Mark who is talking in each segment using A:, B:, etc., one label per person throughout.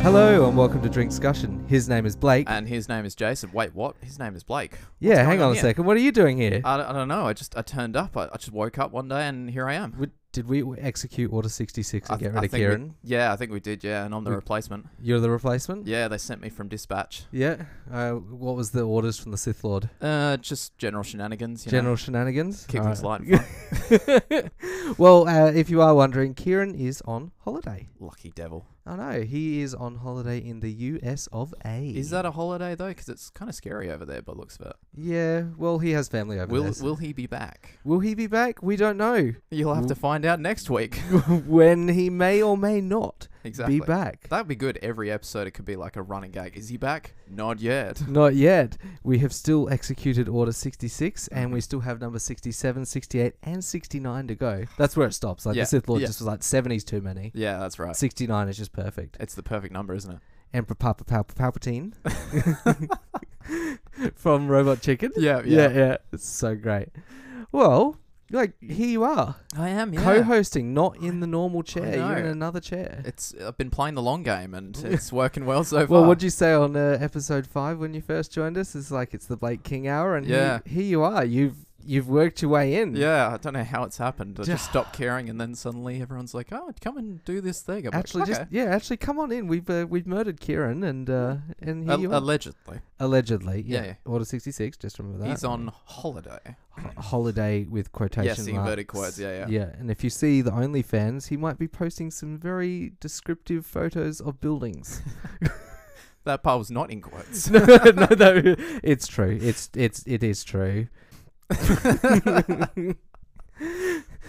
A: Hello and welcome to Drink Discussion. His name is Blake.
B: And his name is Jason. Wait, what? His name is Blake. What's
A: yeah,
B: going
A: hang on a
B: here? Uh,
A: second. What are you doing here?
B: I, don't- I don't know. I just I turned up. I, I just woke up one day and here I am.
A: W- Did we execute Order 66 and
B: I th-
A: get rid
B: I
A: of
B: think we-
A: Kieran?
B: yeah, I think we did. Yeah, and I'm the
A: We-
B: replacement.
A: You're the replacement?
B: Yeah, they sent me from dispatch.
A: Yeah. Uh, what was the orders from the Sith Lord?
B: Uh, just general shenanigans. You
A: General
B: know,
A: shenanigans?
B: keep things
A: Alright.
B: light and fun.
A: well, uh, if you are wondering, Kieran is on holiday.
B: Lucky devil.
A: I know. He is on holiday in the US of A.
B: Is that a holiday though? Because it's kind of scary over there, by the looks of it.
A: Yeah, well, he has family over
B: Will
A: there. so-
B: Will he be back?
A: Will he be back? We don't know.
B: You'll have to find out next week.
A: when he may or may not
B: exactly.
A: be back.
B: That'd be good. Every episode, it could be like a running gag. Is he back? Not yet.
A: Not yet. We have still executed order 66
B: Mm-hmm.
A: and we still have number 67, 68 and 69 to go. That's where it stops. Like
B: Yeah,
A: the Sith Lord
B: yeah.
A: just was like 70's too many.
B: Yeah, that's right.
A: 69 is just perfect.
B: It's the perfect number, isn't it?
A: Emperor Papa Palp- Palpatine from Robot Chicken.
B: Yeah,
A: yeah, It's so great. Well, like here you are,
B: I am. Yeah.
A: co-hosting, not in the normal chair. You're in
B: know.
A: another chair.
B: It's I've been playing the long game and it's working well so far.
A: Well, what'd you say on uh, episode five when you first joined us? It's like it's the Blake King hour, and
B: Yeah.
A: here, here you are. You've you've worked your way in.
B: Yeah, I don't know how it's happened. I just stopped caring, and then suddenly everyone's like, "Oh, come and do this thing." I'm like,
A: Actually, just
B: "Okay."
A: yeah. Actually, come on in. We've uh, we've murdered Kieran, and uh, and here
B: Al-
A: you are.
B: allegedly,
A: Allegedly, yeah.
B: Yeah, yeah.
A: Order sixty six. Just remember that.
B: he's on holiday.
A: Ho- holiday with quotation
B: Yes, the inverted
A: marks.
B: quotes, yeah, yeah.
A: Yeah, and if you see the OnlyFans, he might be posting some very descriptive photos of buildings.
B: That part was not in quotes.
A: no, no, no, it's true. It's it's it is true.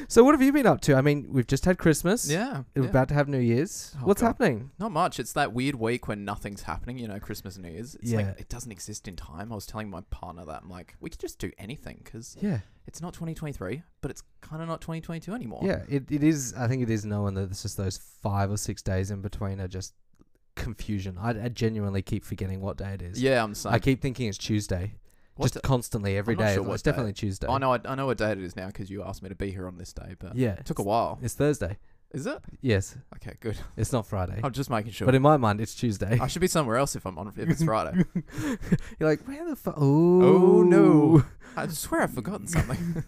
A: so what have you been up to? I mean, we've just had Christmas.
B: yeah,
A: We're
B: yeah.
A: about to have New Year's.
B: Oh,
A: What's
B: God.
A: happening?
B: Not much. It's that weird week when nothing's happening. You know, Christmas, and New Year's. It's
A: Yeah.
B: like it doesn't exist in time. I was telling my partner that I'm like, we could just do anything because
A: Yeah.
B: it's not 2023, but it's kind of not 2022 anymore.
A: Yeah, it, it is I think it is knowing that it's just those 5 or 6 days in between are just confusion. I, I genuinely keep forgetting what day it is.
B: yeah. I'm saying.
A: I keep thinking it's Tuesday.
B: What's
A: just constantly every
B: I'm not
A: day.
B: sure what
A: it's
B: day.
A: definitely Tuesday.
B: I know, I, I know what date it is now because you asked me to be here on this day, but
A: Yeah.
B: it took a while.
A: It's Thursday.
B: Is it?
A: Yes.
B: Okay, good.
A: It's not Friday.
B: I'm just making sure.
A: But in my mind, it's Tuesday.
B: I should be somewhere else if I'm on. If it's Friday,
A: You're like, where the fuck?
B: Oh, no. I swear I've forgotten something.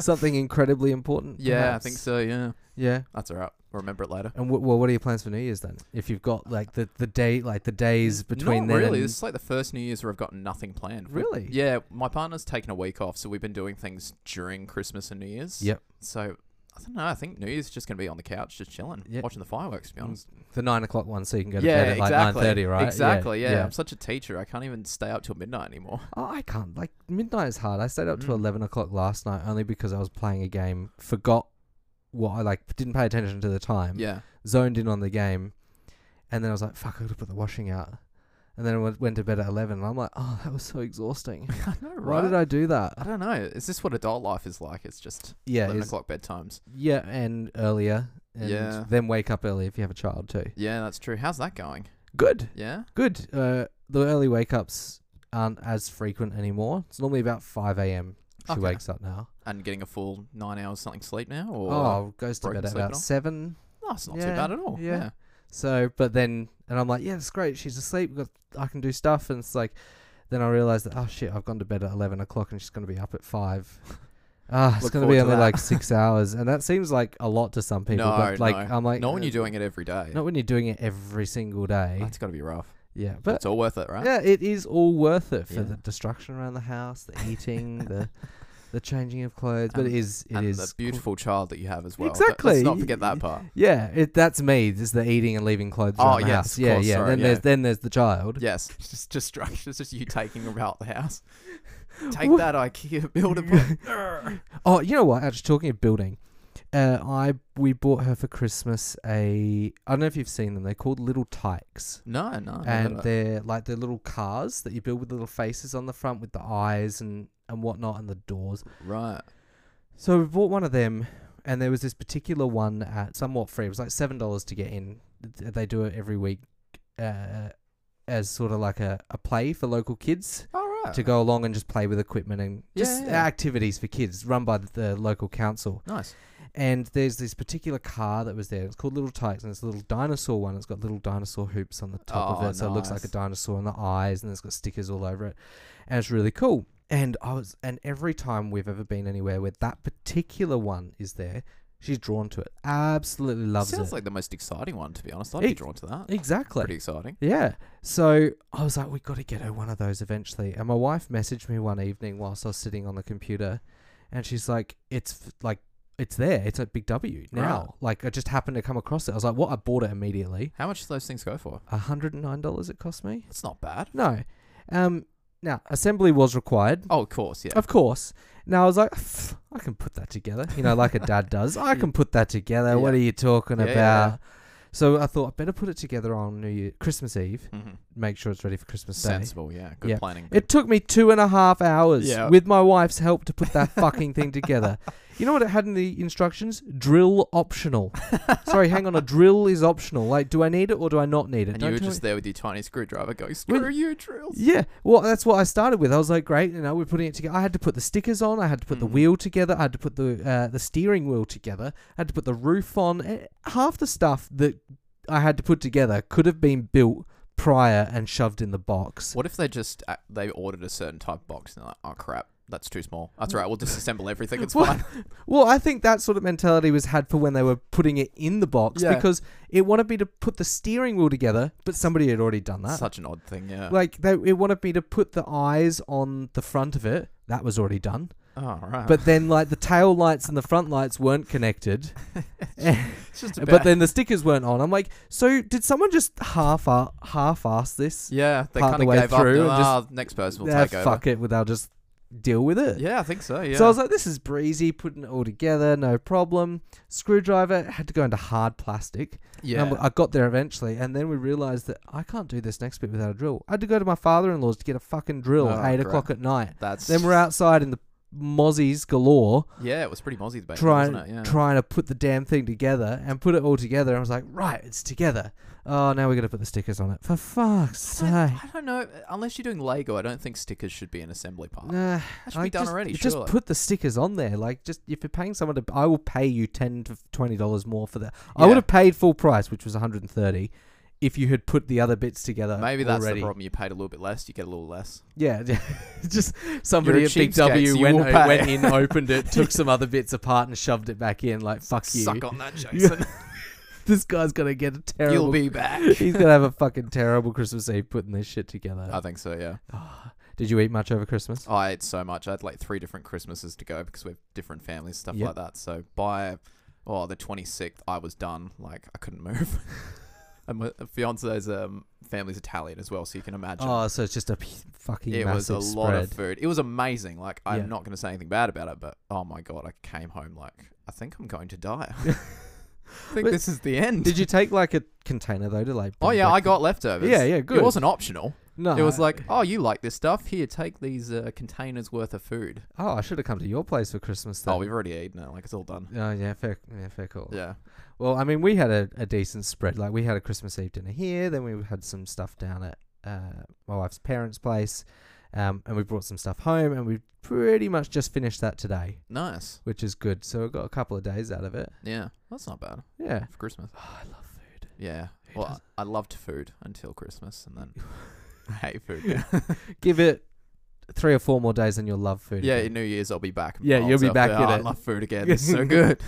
A: Something incredibly important.
B: yeah, I
A: perhaps.
B: think so. Yeah,
A: Yeah.
B: that's all right. I'll remember it later.
A: And w- well, what are your plans for New Year's then? If you've got like the the day, like the days between
B: Not
A: then.
B: really.
A: and-
B: This is like the first New Year's where I've got nothing planned. We-
A: Really?
B: yeah, my partner's taken a week off, so we've been doing things during Christmas and New Year's.
A: Yep.
B: So I don't know. I think New Year's is just gonna be on the couch, just chilling,
A: Yeah.
B: watching the fireworks. To be honest.
A: the nine o'clock one, so you can go to
B: yeah,
A: bed at like
B: exactly.
A: nine thirty, right? Yeah,
B: Exactly. yeah, I'm such a teacher. I can't even stay up till midnight anymore.
A: Oh, I can't. Like midnight is hard. I stayed up till
B: Mm.
A: eleven o'clock last night only because I was playing a game. Forgot what I like. Didn't pay attention to the time.
B: Yeah.
A: zoned in on the game, and then I was like, "Fuck, I gotta put the washing out." And then I went, went to bed at eleven, and I'm like, "Oh, that was so exhausting.
B: I know,
A: Why did I do that?"
B: I don't know. Is this what adult life is like? It's just
A: Yeah,
B: eleven
A: it's-
B: o'clock bedtimes.
A: yeah, and earlier, and
B: Yeah.
A: then wake up early if you have a child too.
B: Yeah, that's true. How's that going?
A: Good,
B: Yeah.
A: good. Uh, the early wake ups aren't as frequent anymore. It's normally about five a.m. She
B: Okay.
A: wakes up now.
B: And getting a full nine hours something sleep now, or
A: Oh, goes to
B: broken
A: bed at
B: sleep
A: about
B: at all?
A: seven.
B: no, it's not
A: yeah,
B: too bad at all.
A: yeah.
B: Yeah.
A: So, but then, and I'm like, yeah, it's great. She's asleep. Got, I can do stuff. And it's like, then I realized that, oh shit, I've gone to bed at 11 o'clock and she's going to be up at 5. Ah, it's
B: Look
A: going to be
B: forward to
A: only
B: that.
A: like six hours. And that seems like a lot to some people.
B: no,
A: but like,
B: no.
A: I'm like,
B: not when
A: uh,
B: you're doing it every day.
A: Not when you're doing it every single day.
B: that's got to be rough.
A: yeah.
B: But
A: But
B: it's all worth it, right?
A: yeah, it is all worth it for
B: Yeah.
A: the destruction around the house, the eating, the the changing of clothes. But it
B: And-
A: is, it is
B: and
A: cool.
B: the beautiful child that you have as well. Let-
A: Exactly.
B: Let's not forget that part.
A: Yeah, it, that's me. Just the eating and leaving clothes
B: Oh,
A: around the
B: yes,
A: house.
B: of
A: yeah,
B: course,
A: yeah.
B: sorry,
A: then
B: yeah.
A: there's then there's the child.
B: Yes, it's just destruction. It's just you taking about the house. Take that IKEA builder. book.
A: Oh, you know what? Actually, talking of building, uh, I we bought her for Christmas a. I don't know if you've seen them. They're called little tykes,
B: no, no.
A: and
B: no, no.
A: they're like the little cars that you build with the little faces on the front, with the eyes and and whatnot, and the doors.
B: right.
A: So we bought one of them, and there was this particular one at somewhat free. It was like seven dollars to get in. Th- They do it every week, uh, as sort of like a, a play for local kids
B: All right.
A: to go along and just play with equipment and
B: Uh-huh. Yeah,
A: just
B: yeah.
A: activities for kids run by the, the local council.
B: Nice.
A: And there's this particular car that was there. It's called Little Tykes, and it's a little dinosaur one. It's got little dinosaur hoops on the top
B: Oh,
A: of it, so it looks like a
B: nice.
A: dinosaur in the eyes, and it's got stickers all over it, and it's really cool. And I was, and every time we've ever been anywhere where that particular one is there, she's drawn to it. Absolutely loves
B: Sounds
A: it.
B: like the most exciting one, to be honest. I'd
A: Ex-
B: be drawn to that.
A: exactly.
B: Pretty exciting.
A: Yeah. So I was like, we got to get her one of those eventually. And my wife messaged me one evening whilst I was sitting on the computer, and she's like, it's f- like, it's there. It's at Big W now.
B: Right.
A: Like, I just happened to come across it. I was like, what? I bought it immediately.
B: How much do those things go for?
A: $109 it cost me?
B: That's not bad.
A: No. Um, now, assembly was required.
B: Oh, of course, yeah.
A: Of course. Now I was like, "Pff, I can put that together. You know, like a dad does. I can put that together. What are
B: Yeah.
A: you talking
B: Yeah, yeah,
A: about?
B: yeah.
A: So I thought I better put it together on New Year, Christmas Eve.
B: Mhm.
A: Make sure it's ready for Christmas Day.
B: Sensible, yeah. Good
A: Yeah.
B: planning.
A: It took me two and a half hours
B: Yeah.
A: with my wife's help to put that fucking thing together. You know what it had in the instructions? Drill optional. Sorry, hang on. A drill is optional. Like, do I need it or do I not need it?
B: and
A: Don't
B: you were
A: tell me-
B: just there with your tiny screwdriver going, screw you, drills.
A: yeah, well, that's what I started with. I was like, great, you know, we're putting it together. I had to put the stickers on. I had to put the
B: Mhm.
A: wheel together. I had to put the uh, the steering wheel together. I had to put the roof on. Eh, Half the stuff that I had to put together could have been built prior and shoved in the box.
B: What if they just, uh, they ordered a certain type of box and they're like, oh, crap, that's too small. That's all right, we'll disassemble everything. It's
A: What?
B: fine.
A: Well, I think that sort of mentality was had for when they were putting it in the box
B: Yeah.
A: because it wanted me to put the steering wheel together, but somebody had already done that.
B: Such an odd thing, yeah.
A: like they, it wanted me to put the eyes on the front of it. That was already done.
B: oh, right.
A: but then like the tail lights and the front lights weren't connected Eh,
B: it's just about,
A: but then the stickers weren't on i'm like so did someone just half ar- half ass this
B: yeah, they
A: part the
B: kind of
A: way
B: gave up.
A: through
B: and,
A: and
B: "Ah, next person will
A: Ah,
B: take over.
A: fuck it well, they'll just deal with it
B: Yeah, I think so, yeah.
A: so i was like this is breezy putting it all together no problem screwdriver had to go into hard plastic
B: yeah.
A: And i got there eventually and then we realized that i can't do this next bit without a drill i had to go to my father-in-law's to get a fucking drill
B: Oh,
A: at 8
B: crap.
A: o'clock at night
B: that's
A: then we're outside in the mozzies galore
B: yeah. It was pretty mozzie the baby,
A: trying
B: wasn't it? Yeah.
A: trying to put the damn thing together and put it all together. I was like, right, it's together. Oh, now we got to put the stickers on it. For fuck's
B: I,
A: sake.
B: I don't know. uh, Unless you're doing Lego, I don't think stickers should be an assembly part.
A: Nah,
B: that should be
A: like,
B: done
A: just,
B: already.
A: you Just
B: surely.
A: put the stickers on there. Like, just if you're paying someone to, I will pay you ten to twenty dollars more for that. I
B: Yeah.
A: would have paid full price, which was one hundred and thirty, if you had put the other bits together.
B: Maybe that's
A: already.
B: the problem. You paid a little bit less, you get a little less.
A: Yeah, just somebody
B: You're a
A: at Big
B: cheapskate,
A: W
B: so you
A: went
B: will
A: o-
B: pay.
A: went in, opened it, took some other bits apart, and shoved it back in. Like, fuck you.
B: Suck on that, Jason.
A: This guy's gonna get a terrible.
B: You'll be back.
A: He's gonna have a fucking terrible Christmas Eve putting this shit together.
B: I think so. Yeah.
A: Did you eat much over Christmas?
B: Uh, I ate so much. I had like three different Christmases to go because we have different families, stuff
A: Yep.
B: like that. So by oh the 26th, I was done. Like I couldn't move. and my uh, fiance's um, family's Italian as well, so you can imagine.
A: Oh, so it's just a p- fucking
B: it was
A: massive
B: a
A: spread.
B: lot of food. It was amazing. Like I'm
A: Yeah.
B: not going to say anything bad about it, but oh my god, I came home like I think I'm going to die. I think
A: But-
B: this is the end.
A: Did you take like a container though to like?
B: Oh
A: bring
B: yeah, I
A: back the-
B: got leftovers.
A: Yeah, yeah, good. Uh-huh.
B: It wasn't optional.
A: No,
B: It was like, oh, you like this stuff? Here, take these uh, containers worth of food.
A: oh, I should have come to your place for Christmas. Then.
B: Oh, we've already eaten it. Like it's all done.
A: Oh yeah, fair, yeah, fair call.
B: Yeah.
A: Well, I mean, we had a, a decent spread. Like we had a Christmas Eve dinner here, then we had some stuff down at uh, my wife's parents' place, um, and we brought some stuff home, and we pretty much just finished that today,
B: Nice.
A: which is good. So we got a couple of days out of it.
B: Yeah, that's not bad
A: Yeah.
B: for Christmas.
A: I love food.
B: Yeah.
A: Who
B: Well,
A: doesn't?
B: I I loved food until Christmas, and then I hate food. now.
A: Give it three or four more days and you'll love food.
B: yeah,
A: again.
B: in New Year's I'll be back.
A: Yeah,
B: I'll
A: you'll be
B: say,
A: back
B: "Oh,
A: in
B: I
A: it."
B: love food again. It's so good.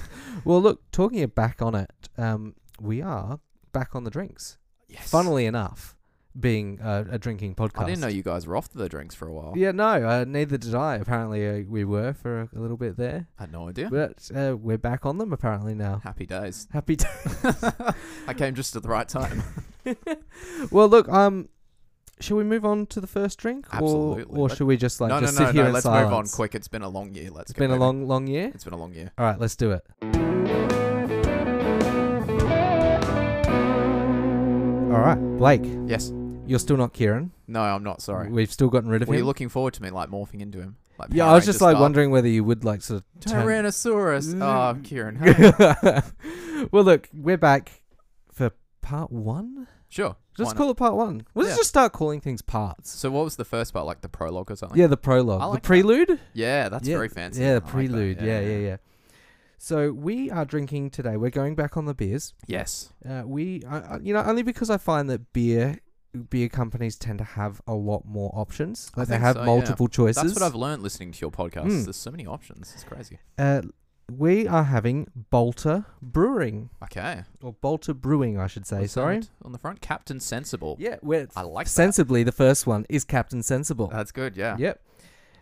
A: Well, look, talking of back on it, um, we are back on the drinks.
B: Yes.
A: Funnily enough, being a, a drinking podcast.
B: I didn't know you guys were off the drinks for a while.
A: Yeah, no, uh, neither did I. Apparently, uh, we were for a, a little bit there,
B: I had no idea.
A: but uh, we're back on them apparently now.
B: Happy days.
A: Happy. T-
B: I came just at the right time.
A: well, look, um, shall we move on to the first drink,
B: Absolutely.
A: or or
B: Let-
A: should we just like
B: no, no,
A: just
B: no,
A: sit here
B: no.
A: in
B: Let's move on
A: silence?
B: quick. It's been a long year. Let's
A: It's
B: get
A: been a
B: moving.
A: long, long year.
B: It's been a long year.
A: All right, let's do it. All right, Blake,
B: Yes.
A: you're still not Kieran.
B: No, I'm not. Sorry.
A: We've still gotten rid of
B: Were you
A: him.
B: looking forward to me like morphing into him? Like
A: yeah,
B: Power
A: I was
B: Ranger
A: just like
B: style?
A: wondering whether you would like sort of turn.
B: Tyrannosaurus. Oh, Kieran. hey.
A: well, look, we're back for part one.
B: Sure.
A: Let's
B: why not?
A: call it part one. Let's
B: Yeah.
A: just start calling things parts.
B: So what was the first part? Like the prologue or something?
A: Yeah, the prologue,
B: I like
A: the
B: that.
A: prelude.
B: Yeah, that's
A: yeah,
B: very fancy.
A: Yeah,
B: I
A: the
B: like that,
A: prelude. yeah, yeah, yeah. So we are drinking today. We're going back on the beers.
B: Yes.
A: Uh, we, I, I- you know, only because I find that beer beer companies tend to have a lot more options.
B: I
A: Like they
B: think
A: have
B: so, yeah.
A: multiple choices.
B: That's what I've learned listening to your podcast.
A: Mm.
B: There's so many options. It's crazy.
A: Uh, we are having Bolter Brewing
B: Okay.
A: or Bolter Brewing, I should say.
B: What's
A: sorry.
B: that On the front, Captain Sensible.
A: Yeah, we're
B: I like that.
A: sensibly the first one is Captain Sensible.
B: That's good. Yeah.
A: Yep.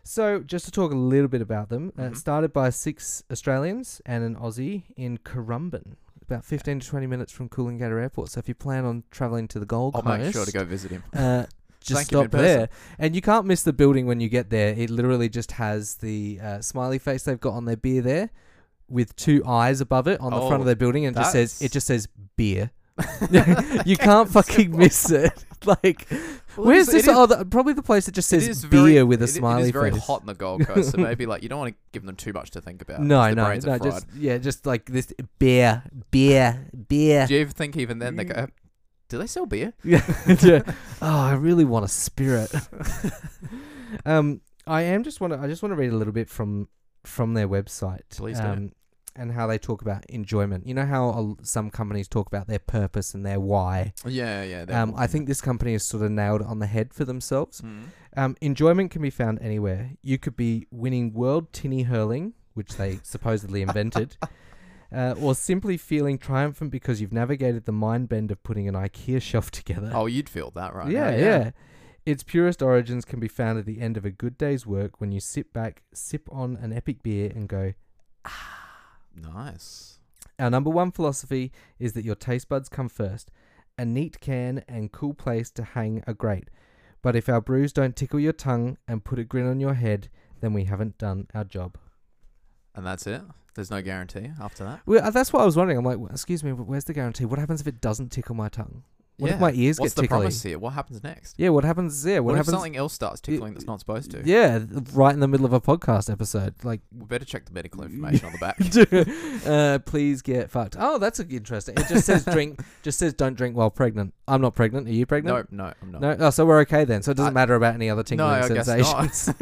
A: So just to talk a little bit about them, uh,
B: Mhm.
A: started by six Australians and an Aussie in Currumbin, about 15 to 20 minutes from Coolangatta Airport. So if you plan on travelling to the Gold
B: I'll
A: Coast,
B: make sure to go visit him.
A: Uh, just
B: Thank you in
A: stop there, and you can't miss the building when you get there. It literally just has the uh, smiley face they've got on their beer there, with two eyes above it on the front
B: Oh,
A: of their building, and it just says
B: that's-
A: it just says beer. you can't fucking miss it. Like
B: Well, it
A: Where's
B: is-
A: this
B: it is-
A: other? Probably the place that just
B: it
A: says
B: is
A: beer
B: very-
A: with
B: it-
A: a smiley
B: It is very
A: face.
B: hot in the Gold Coast, so maybe like you don't want to give them too much to think about.
A: no,
B: 'cause their
A: no,
B: brains
A: no,
B: are
A: just yeah, just like this beer, beer, beer.
B: fried. Do you even think even then they go? "Oh, Do they sell beer?
A: Yeah, yeah. Oh, I really want a spirit. um, I am just want to. I just want to read a little bit from from their website.
B: Please do.
A: um, And how they talk about enjoyment. You know how a l- some companies talk about their purpose and their why.
B: Yeah, yeah. they're
A: Um,
B: all-
A: I think this company has sort of nailed it on the head for themselves.
B: Mm.
A: Um, enjoyment can be found anywhere. You could be winning world tinny hurling, which they supposedly invented, uh, or simply feeling triumphant because you've navigated the mind bend of putting an IKEA shelf together.
B: Oh, you'd feel that right?
A: yeah,
B: now,
A: yeah, Its purest origins can be found at the end of a good day's work when you sit back, sip on an epic beer, and go,
B: Nice.
A: Our number one philosophy is that your taste buds come first. A neat can and cool place to hang a grate. But if our brews don't tickle your tongue and put a grin on your head, then we haven't done our job.
B: And that's it. There's no guarantee after that.
A: Well, uh, that's what I was wondering. I'm like, "Well, excuse me, but where's the guarantee? What happens if it doesn't tickle my tongue? What
B: Yeah.
A: if my ears
B: What's
A: get
B: the
A: tickly?
B: promise here? What happens next?
A: Yeah, what happens? Yeah,
B: What,
A: what,
B: if
A: happens?
B: something else starts tickling that's not supposed to?
A: yeah, th- right in the middle of a podcast episode. Like,
B: We better check the medical information on the back.
A: uh, please get fucked. Oh, that's a- interesting. It just says drink. Just says don't drink while pregnant. I'm not pregnant. Are you pregnant?
B: No, no, I'm not.
A: No, oh, so we're okay then. So it doesn't
B: I-
A: matter about any other tingling
B: I guess not.
A: sensations.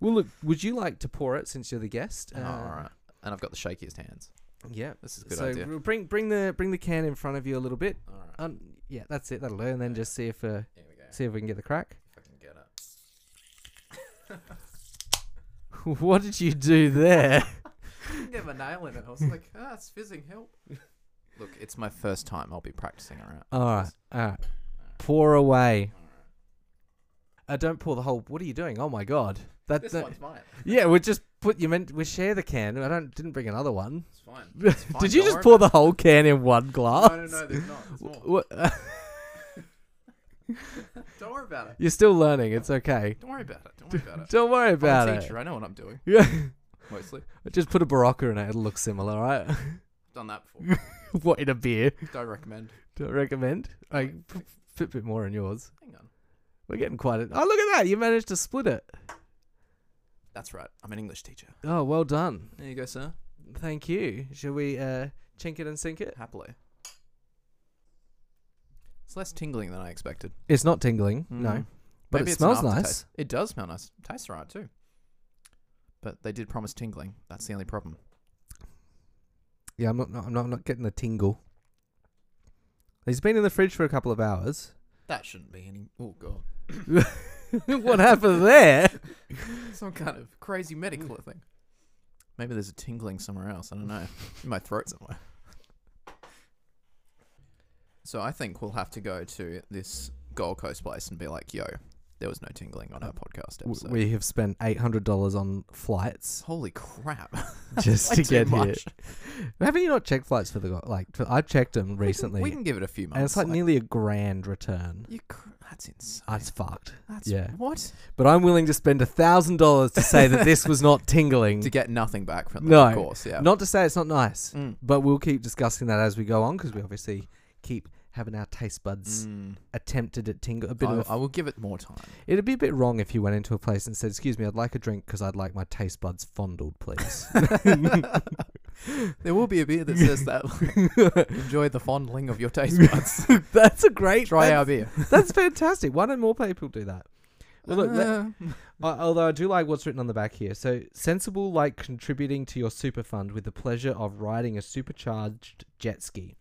A: well, look, would you like to pour it since you're the guest?
B: Oh,
A: Uh,
B: all right. And I've got the shakiest hands.
A: Yeah.
B: This is a good
A: so
B: idea.
A: we'll bring bring the bring the can in front of you a little bit.
B: All right.
A: Um, yeah, that's it. That'll do, and then just see if uh,
B: Here we go.
A: see if we can get the crack.
B: uh, If I can get it.
A: what did you do there?
B: I get my nail in it. I was like, ah, it's fizzing. Help. Look, it's my first time. I'll be practicing. All right.
A: all right, all right. Pour away. Uh, don't pour the whole. What are you doing? Oh my god. That,
B: This
A: that-
B: one's mine.
A: yeah, we just put you meant we share the can. I don't didn't bring another one.
B: It's fine. It's fine.
A: Did you
B: Don't
A: just
B: worry
A: pour the
B: about
A: whole can in one glass?
B: it. No, no, no. There's not. It's more.
A: What-
B: Don't worry about it.
A: You're still learning. It's okay.
B: Don't worry about it. Don't worry about it.
A: Don't worry about
B: I'm a
A: it.
B: teacher. I know what I'm doing.
A: Yeah,
B: Mostly.
A: just put a Barocca in it. It'll look similar, right?
B: I've done that before.
A: what in a beer?
B: Don't recommend.
A: Do I recommend? Like,
B: Wait,
A: p-
B: wait,
A: put a bit more in yours.
B: Hang on.
A: We're getting quite. A- oh, look at that! You managed to split it.
B: That's right. I'm an English teacher.
A: Oh, well done.
B: There you go, sir.
A: Thank you. Shall we uh, chink it and sink it?
B: Happily. It's less tingling than I expected.
A: It's not tingling. No,
B: Mm.
A: but
B: Maybe
A: it
B: it's an
A: smells nice.
B: aftertaste. It does smell nice. Tastes right too. But they did promise tingling. That's the only problem.
A: Yeah, I'm not, not. I'm not. I'm not getting the tingle. He's been in the fridge for a couple of hours.
B: That shouldn't be any. Oh god,
A: what happened there?
B: some kind of crazy medical thing. Maybe there's a tingling somewhere else. I don't know. In my throat somewhere. So I think we'll have to go to this Gold Coast place and be like, "Yo, there was no tingling on our podcast
A: W-
B: episode."
A: We have spent eight hundred dollars on flights.
B: Holy crap!
A: just
B: Way
A: to
B: too
A: get here.
B: much.
A: Haven't you not checked flights for the go- like? For, I checked them recently,
B: we can give it a few months.
A: and it's like, nearly a grand return.
B: you cr- that's insane.
A: That's fucked.
B: That's
A: yeah.
B: what
A: But I'm willing to spend a thousand dollars to say that this was not tingling.
B: to get nothing back from them.
A: No,
B: of course, yeah.
A: Not to say it's not nice,
B: Mm.
A: but we'll keep discussing that as we go on because we obviously keep having our taste buds
B: Mm.
A: attempted at tingle. A bit
B: I,
A: of a
B: I will give it more time.
A: It'd be a bit wrong if you went into a place and said, "Excuse me, I'd like a drink because I'd like my taste buds fondled, please."
B: There will be a beer that says that. Enjoy the fondling of your taste buds.
A: that's a great
B: Try
A: that's,
B: our beer.
A: That's fantastic. Why don't more people do that? Well, look, let-
B: Uh,
A: Uh, although I do like what's written on the back here. So sensible, like contributing to your super fund with the pleasure of riding a supercharged jet ski.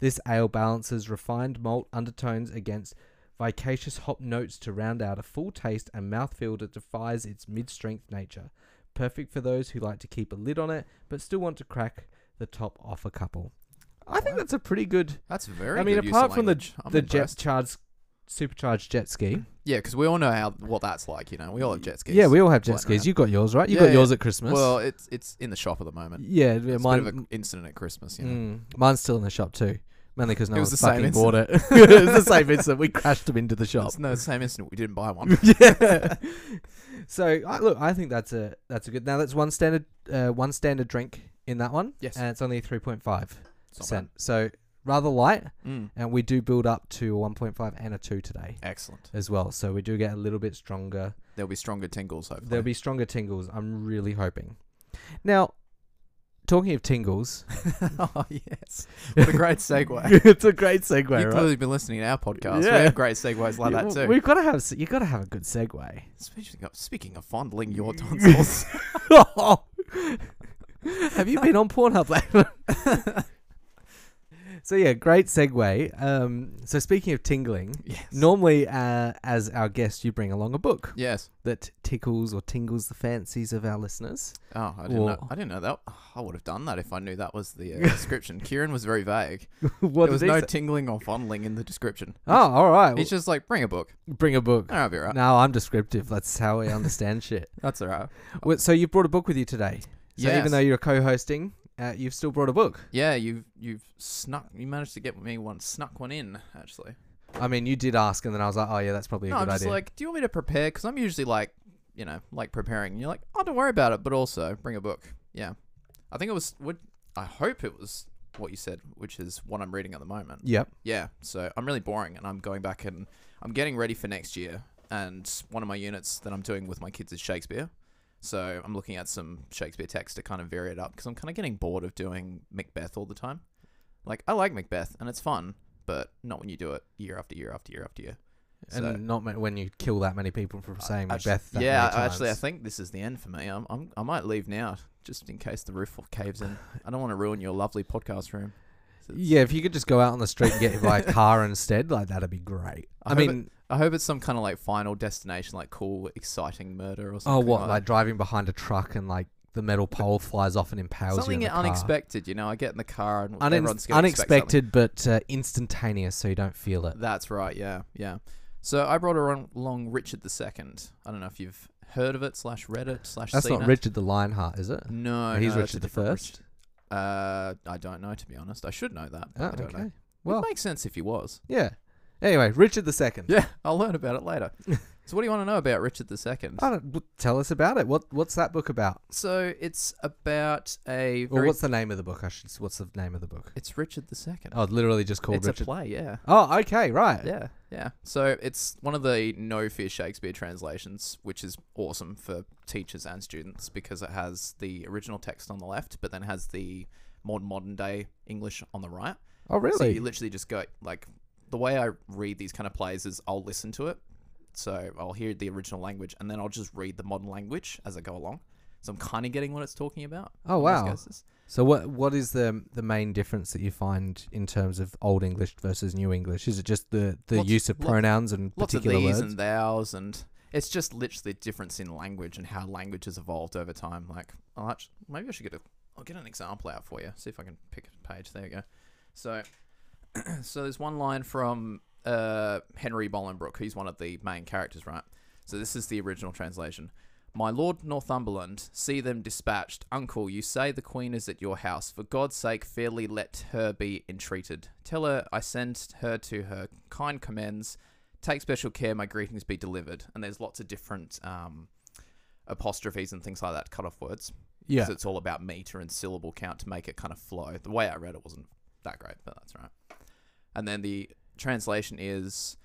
A: This ale balances refined malt undertones against vivacious hop notes to round out a full taste and mouthfeel that defies its mid-strength nature. Perfect for those who like to keep a lid on it but still want to crack the top off a couple. I think
B: wow.
A: that's a pretty good.
B: that's very.
A: I mean,
B: good use
A: apart
B: of
A: from the
B: language. I'm
A: the jet
B: impressed.
A: charged, supercharged jet ski.
B: Yeah, because we all know how what that's like. You know, we all have jet skis.
A: Yeah, we all have jet
B: flying
A: skis.
B: around.
A: You got yours, right? You
B: Yeah,
A: got yours
B: yeah.
A: at Christmas.
B: Well, it's it's in the shop at the moment.
A: yeah, yeah,
B: It's
A: mine.
B: a bit of an incident at Christmas. You know.
A: mm, mine's still in the shop too, mainly because no
B: It was
A: one's
B: the same
A: fucking bought it. it was the same instant we crashed them into the shop.
B: It's no the same incident. We didn't buy one.
A: yeah. So I, look, I think that's a that's a good. Now that's one standard uh, one standard drink in that one,
B: Yes.
A: and it's only three point five
B: It's not
A: percent. So rather light,
B: bad. Mm.
A: and we do build up to a one point five and a two today
B: Excellent.
A: as well. So we do get a little bit stronger.
B: There'll be stronger tingles. Hopefully.
A: There'll be stronger tingles. I'm really hoping. Now, talking of tingles,
B: oh yes. What a great segue.
A: it's a great segue,
B: You've
A: right?
B: clearly been listening to our podcast.
A: Yeah.
B: We have great segues like that too.
A: We've got to have s- you got to have a good segue.
B: Speaking of, speaking of fondling your tonsils,
A: have you been on Pornhub lately? so yeah, great segue. Um, so speaking of tingling,
B: yes.
A: normally uh, as our guest, you bring along a book
B: Yes.
A: that tickles or tingles the fancies of our listeners.
B: Oh, I didn't
A: Or-
B: know. I didn't know that. oh, I would have done that if I knew that was the uh, description. Kieran was very vague.
A: what
B: there was
A: did he
B: no
A: say?
B: tingling or fondling in the description.
A: Oh, all right.
B: He's just like, bring a book.
A: bring a book.
B: I'll be right.
A: No, I'm descriptive. That's how I understand shit.
B: That's all right.
A: Well, so you brought a book with you today. So
B: Yes.
A: even though you're co-hosting, uh, you've still brought a book.
B: Yeah, you've you've snuck. You managed to get me one, snuck one in actually.
A: I mean, you did ask, and then I was like, "Oh yeah, that's probably a
B: no,
A: good
B: I'm just
A: idea."
B: like, do you want me to prepare? Because I'm usually like, you know, like preparing. And you're like, oh, don't worry about it. But also, bring a book. Yeah, I think it was. What I hope it was what you said, which is what I'm reading at the moment.
A: yep.
B: Yeah, so I'm really boring, and I'm going back and I'm getting ready for next year. And one of my units that I'm doing with my kids is Shakespeare, so I'm looking at some Shakespeare text to kind of vary it up because I'm kind of getting bored of doing Macbeth all the time. Like I like Macbeth, and it's fun, but not when you do it year after year after year after year.
A: And
B: So-
A: not ma- when you kill that many people from saying
B: Actually-
A: Macbeth. That
B: yeah,
A: many
B: actually, I
A: times.
B: think this is the end for me. I'm, I'm I might leave now just in case the roof caves in. I don't want to ruin your lovely podcast room. So it's-
A: Yeah, if you could just go out on the street and get hit by a car instead, like that'd be great.
B: I
A: I,
B: hope
A: mean,
B: I hope it's some kind of like final destination, like cool, exciting murder or
A: oh
B: something.
A: what, like,
B: like,
A: driving behind a truck and like the metal pole flies off and impales
B: something
A: you. in the car.
B: unexpected. You know, I get in the car and
A: Unin-
B: everyone's gonna expect something.
A: unexpected, but uh, instantaneous, so you don't feel it.
B: That's right. Yeah, yeah. So I brought aron- along Richard II. I don't know if you've heard of it slash read it slash.
A: That's
B: seen
A: not
B: it.
A: Richard the Lionheart, is it?
B: No,
A: He's
B: no, that's a
A: Richard the
B: different
A: First.
B: Richard. Uh, I don't know to be honest. I should know that. but
A: Oh,
B: I don't
A: okay.
B: know.
A: Well,
B: it makes sense if he was.
A: yeah. Anyway, Richard the Second.
B: Yeah, I'll learn about it later. so what do you want to know about Richard II?
A: I don't, w- tell us about it. What What's that book about?
B: So it's about a
A: Or
B: very.
A: what's the name of the book? I should. s- What's the name of the book?
B: it's Richard II.
A: Oh, it's literally just called
B: it's
A: Richard.
B: a play, yeah.
A: oh, okay, right.
B: Yeah, yeah. So it's one of the no fear Shakespeare translations, which is awesome for teachers and students because it has the original text on the left, but then has the more modern day English on the right.
A: Oh,
B: So
A: really?
B: you literally just go like the way I read these kind of plays is I'll listen to it, so I'll hear the original language, and then I'll just read the modern language as I go along. So I'm kind of getting what it's talking about.
A: Oh,
B: in most
A: wow.
B: cases.
A: So what what is the the main difference that you find in terms of Old English versus New English? Is it just the the
B: Lots-
A: use of
B: lot-
A: pronouns and
B: lots of
A: particular
B: these
A: words?
B: and thous and it's just literally a difference in language and how language has evolved over time like I'll actually, maybe i should get a i'll get an example out for you see if i can pick a page there you go so so there's one line from uh, henry bolingbroke who's one of the main characters right so this is the original translation my lord northumberland see them dispatched uncle you say the queen is at your house for god's sake fairly let her be entreated tell her i send her to her kind commends take special care my greetings be delivered and there's lots of different um, apostrophes and things like that to cut off words
A: yeah.
B: 'Cause it's all about meter and syllable count to make it kind of flow the way i read it wasn't that great but that's all right and then the translation is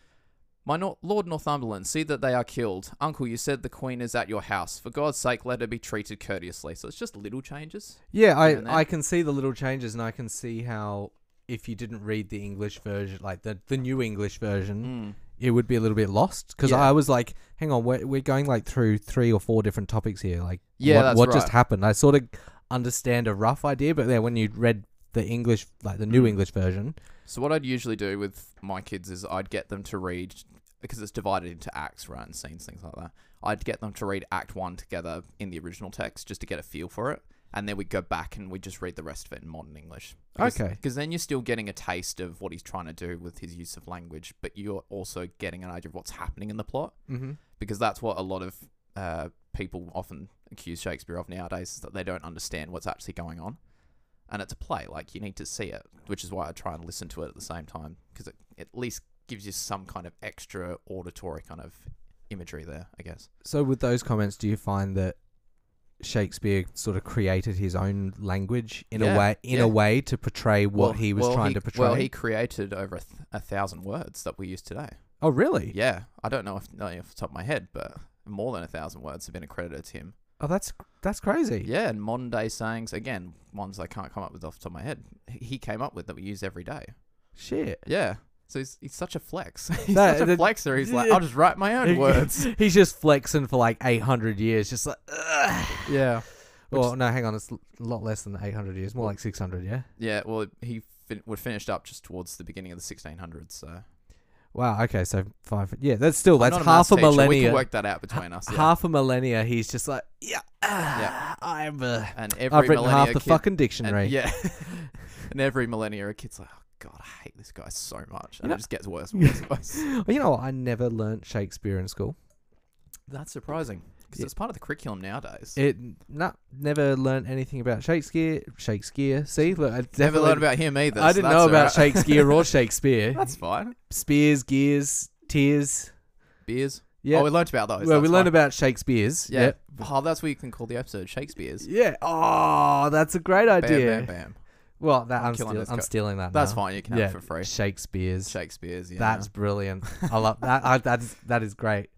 B: my Nor- lord northumberland see that they are killed uncle you said the queen is at your house for god's sake let her be treated courteously so it's just little changes
A: yeah,
B: and there.
A: I I can see the little changes and I can see how if you didn't read the English version, like the the New English version, it would be a little bit lost because
B: Mm. Yeah.
A: I was like, hang on, we're, we're going like through three or four different topics here. Like,
B: Yeah,
A: what,
B: that's
A: what just
B: right.
A: happened? I sort of understand a rough idea, but then when you read the English, like the new
B: Mm.
A: English version,
B: So what I'd usually do with my kids is I'd get them to read because it's divided into acts, right, and scenes, things like that. I'd get them to read Act One together in the original text just to get a feel for it, and then we'd go back and we'd just read the rest of it in modern English. Because,
A: Okay.
B: Because then you're still getting a taste of what he's trying to do with his use of language, but you're also getting an idea of what's happening in the plot
A: mm-hmm.
B: because that's what a lot of uh, people often accuse Shakespeare of nowadays is that they don't understand what's actually going on. And it's a play, like you need to see it, which is why I try and listen to it at the same time because it at least gives you some kind of extra auditory kind of imagery there, I guess.
A: so with those comments, do you find that Shakespeare sort of created his own language in
B: Yeah,
A: a way, in
B: yeah.
A: a way to portray what
B: Well-
A: he was
B: well,
A: trying to portray?
B: Well, he created over a, th- a thousand words that we use today.
A: oh, really?
B: Yeah, I don't know if not off the top of my head, but more than a thousand words have been accredited to him.
A: Oh, that's that's crazy.
B: Yeah, and modern day sayings again, ones I can't come up with off the top of my head. He he came up with that we use every day.
A: Shit.
B: Yeah. So he's, he's such a flex. he's
A: That-
B: such a
A: that-
B: flexer. He's like, I'll just write my own words.
A: He's just flexing for like 800 years, just like. "Ugh."
B: Yeah. Which-
A: Well, no, hang on. It's l- a lot less than 800 years, more like 600, yeah?
B: Yeah. Well, he fin- we finished up just towards the beginning of the 1600s. So
A: Wow, okay, so five. Yeah, that's still,
B: I'm
A: that's
B: not
A: half a,
B: maths teacher, We
A: millennia.
B: can work that out between us. yeah.
A: Half a millennia, he's just like, yeah, ah, I'm a.
B: and every
A: I've written
B: millennia
A: half the
B: kid,
A: fucking
B: and-
A: dictionary.
B: Yeah. and every millennia, a kid's like, oh, God, I hate this guy so much. And
A: know-
B: it just gets worse and worse and worse.
A: Well, you know what? I never learnt Shakespeare in school.
B: That's surprising because
A: Yeah.
B: it's part of the curriculum nowadays.
A: It nah, never learnt anything about Shakespeare. Shakespeare. See, look, I
B: Never
A: definitely-
B: learned about him either.
A: I
B: so
A: didn't
B: that's
A: know about
B: all right.
A: Shakespeare or Shakespeare.
B: that's fine.
A: Spears, gears, tears.
B: Beers.
A: Yeah.
B: Oh, we learnt about those.
A: well,
B: that's
A: we learned
B: fine.
A: about Shakespeare's.
B: Yeah.
A: Yep.
B: Oh, that's what you can call the episode Shakespeare's.
A: Yeah. Oh, that's a great
B: Bam,
A: idea.
B: bam, bam.
A: Well, that
B: I'm
A: I'm,
B: killing
A: steal-
B: this
A: I'm
B: co-
A: stealing that.
B: That's
A: now.
B: fine. You can
A: yeah.
B: have it for free.
A: Shakespeare's.
B: Shakespeare's. Yeah.
A: That's brilliant. I love that. I, that is that is great.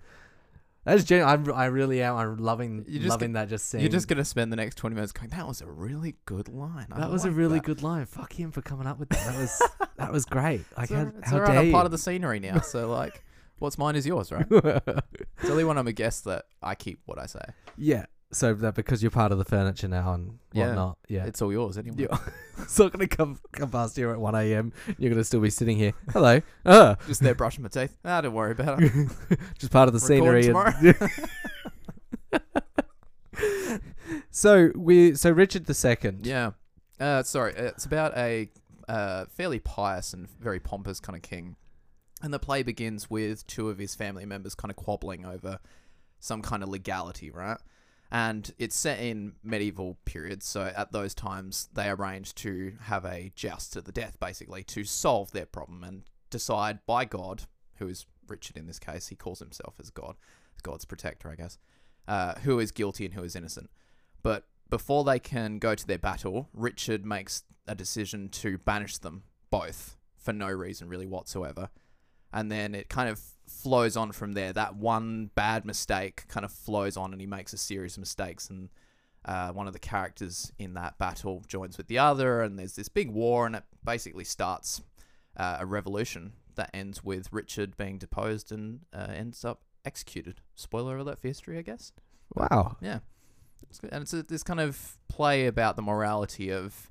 A: That is genuine. I'm, I really am. I'm loving
B: You just
A: loving that. Just seeing
B: You're just gonna spend the next twenty minutes going. That was a really good line. I
A: that was a
B: like
A: really
B: that."
A: good line. Fuck him for coming up with that. That was that was great. Like
B: It's all
A: how,
B: right- it's
A: how
B: all right,
A: dare
B: I'm
A: you?
B: part of the scenery now. So like, what's mine is yours, right? It's only when I'm a guest that I keep what I say.
A: yeah. So that because you're part of the furniture now and
B: Yeah.
A: whatnot. Yeah.
B: It's all yours anyway.
A: Yeah. it's not gonna come come past here at one a.m. You're gonna still be sitting here. Hello. Uh,
B: Just there brushing my teeth. Ah, don't worry about it.
A: just part of the
B: Recording
A: scenery. and- so we so Richard the Second.
B: yeah. Uh, sorry. It's about a uh, fairly pious and very pompous kind of king, and the play begins with two of his family members kind of quabbling over some kind of legality, right? And it's set in medieval periods, so at those times they arranged to have a joust to the death, basically, to solve their problem and decide by God, who is Richard in this case, he calls himself as God, God's protector, I guess, uh, who is guilty and who is innocent. But before they can go to their battle, Richard makes a decision to banish them both for no reason really whatsoever and then it kind of flows on from there. That one bad mistake kind of flows on, and he makes a series of mistakes. And uh, one of the characters in that battle joins with the other, and there's this big war, and it basically starts uh, a revolution that ends with Richard being deposed and uh, ends up executed. Spoiler alert for history, I guess.
A: Wow.
B: Yeah, it's good. and it's a, this kind of play about the morality of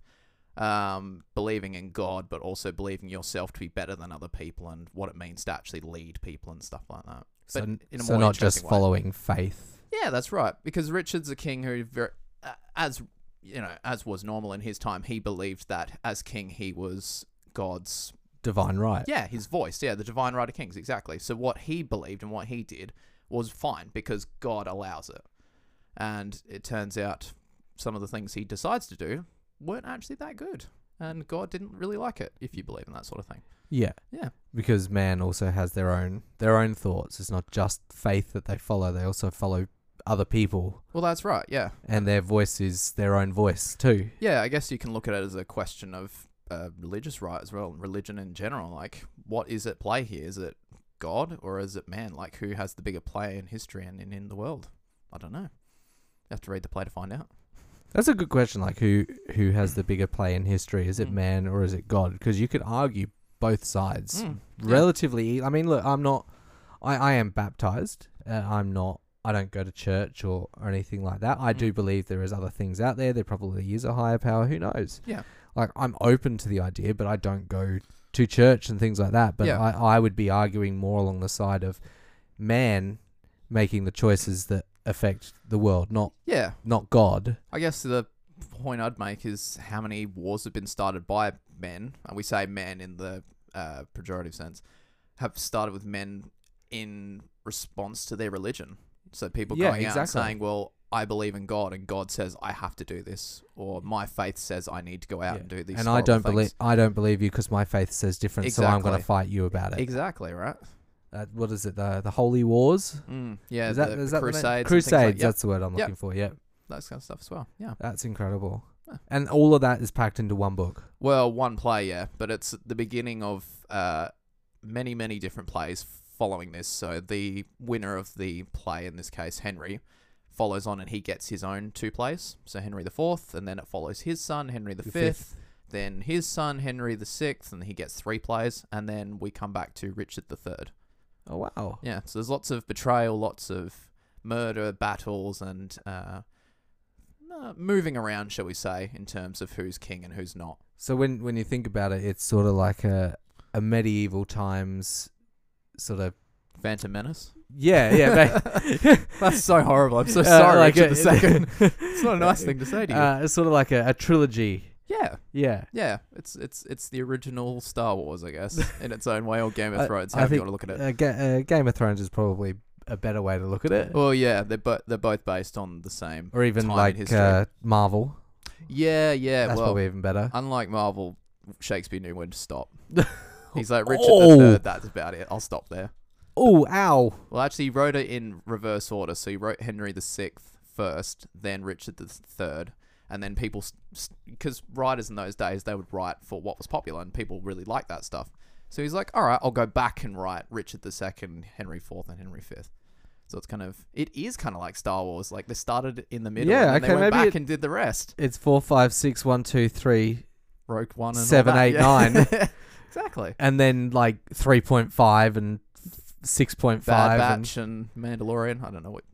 B: um, believing in God, but also believing yourself to be better than other people, and what it means to actually lead people and stuff like that.
A: So,
B: But in a
A: so
B: more
A: not just
B: interesting way.
A: following faith.
B: Yeah, that's right. Because Richard's a king who, ver uh, as you know, as was normal in his time, he believed that as king he was God's
A: Divine right.
B: yeah, his voice. Yeah, the divine right of kings. Exactly. So what he believed and what he did was fine because God allows it. And it turns out some of the things he decides to do weren't actually that good. And God didn't really like it, if you believe in that sort of thing.
A: Yeah.
B: Yeah.
A: Because man also has their own their own thoughts. It's not just faith that they follow. They also follow other people,
B: Well, that's right. Yeah.
A: and their voice is their own voice too.
B: Yeah, I guess you can look at it as a question of uh, religious right as well, religion in general. Like, what is at play here? Is it God or is it man? Like, who has the bigger play in history and in, in the world? I don't know. You have to read the play to find out.
A: That's a good question. Like who who has the bigger play in history? Is it
B: Mm.
A: man or is it God? Because you could argue both sides
B: Mm, yeah.
A: relatively. e I I mean, look, I'm not I, I am baptized. Uh, I'm not. I don't go to church or, or anything like that. I do
B: Mm.
A: believe there is other things out there. There probably is a higher power. Who knows?
B: Yeah.
A: Like I'm open to the idea, but I don't go to church and things like that. But
B: Yeah.
A: I, I would be arguing more along the side of man making the choices that affect the world, not
B: Yeah,
A: not God.
B: I guess the point I'd make is how many wars have been started by men, and we say men in the uh, pejorative sense, have started with men in response to their religion. So people
A: Yeah,
B: going out and
A: exactly.
B: saying, "Well, I believe in God, and God says I have to do this, or my faith says I need to go out
A: Yeah.
B: and do these."
A: and I
B: horrible
A: don't
B: things."
A: believe I don't believe you because my faith says different. So I'm going to
B: Exactly.
A: fight you about it.
B: exactly right.
A: Uh, what is it? The the holy wars.
B: Mm, yeah,
A: is that,
B: the
A: is that the name?
B: Crusades, and things
A: Crusades.
B: like- yep,
A: That's the word I'm
B: Yep.
A: looking for. Yeah,
B: that kind of stuff as well. Yeah.
A: that's incredible.
B: Huh.
A: And all of that is packed into one book.
B: Well, one play, yeah, but it's the beginning of uh, many, many different plays following this. So the winner of the play, in this case, Henry, follows on and he gets his own two plays. So Henry the Fourth, and then it follows his son, Henry the
A: The
B: Fifth, then his son, Henry the Sixth, and he gets three plays, and then we come back to Richard the Third.
A: Oh wow.
B: Yeah, so there's lots of betrayal, lots of murder, battles, and uh, uh, moving around, shall we say, in terms of who's king and who's not.
A: So when when you think about it, it's sort of like a a medieval times sort of
B: Phantom Menace.
A: yeah yeah. ba-
B: That's so horrible. I'm so
A: Uh,
B: sorry,
A: like
B: Richard the
A: a-
B: Second. it's not a nice thing to say to you.
A: uh, it's sort of like a, a trilogy.
B: yeah,
A: Yeah.
B: yeah. It's it's it's the original Star Wars, I guess, in its own way, or Game
A: I-
B: of Thrones.
A: I
B: However you
A: think-
B: want to look at it.
A: Uh, Ga- uh, Game of Thrones is probably a better way to look at it,
B: Well, yeah, they're both they're both based on the same.
A: or even
B: time in
A: like
B: history.
A: uh, Marvel.
B: Yeah, yeah.
A: that's
B: well,
A: probably even better.
B: unlike Marvel, Shakespeare knew when to stop. He's like Richard
A: Oh.
B: the Third. That's about it. I'll stop there.
A: oh ow!
B: Well, actually, he wrote it in reverse order. So he wrote Henry the Sixth first, then Richard the Third, and then people, because writers in those days they would write for what was popular, and people really liked that stuff. So he's like, all right, I'll go back and write Richard the Second, Henry Fourth, and Henry Fifth. So it's kind of it is kind of like Star Wars. Like they started in the middle,
A: Yeah,
B: and
A: okay,
B: they went
A: maybe
B: back
A: it-
B: and did the rest.
A: It's four five six one two three
B: Rogue One, and all
A: Seven,
B: that,
A: eight,
B: yeah.
A: nine.
B: exactly.
A: and then like 3.5 and 6.5
B: Bad
A: and
B: Batch and Mandalorian. I don't know what.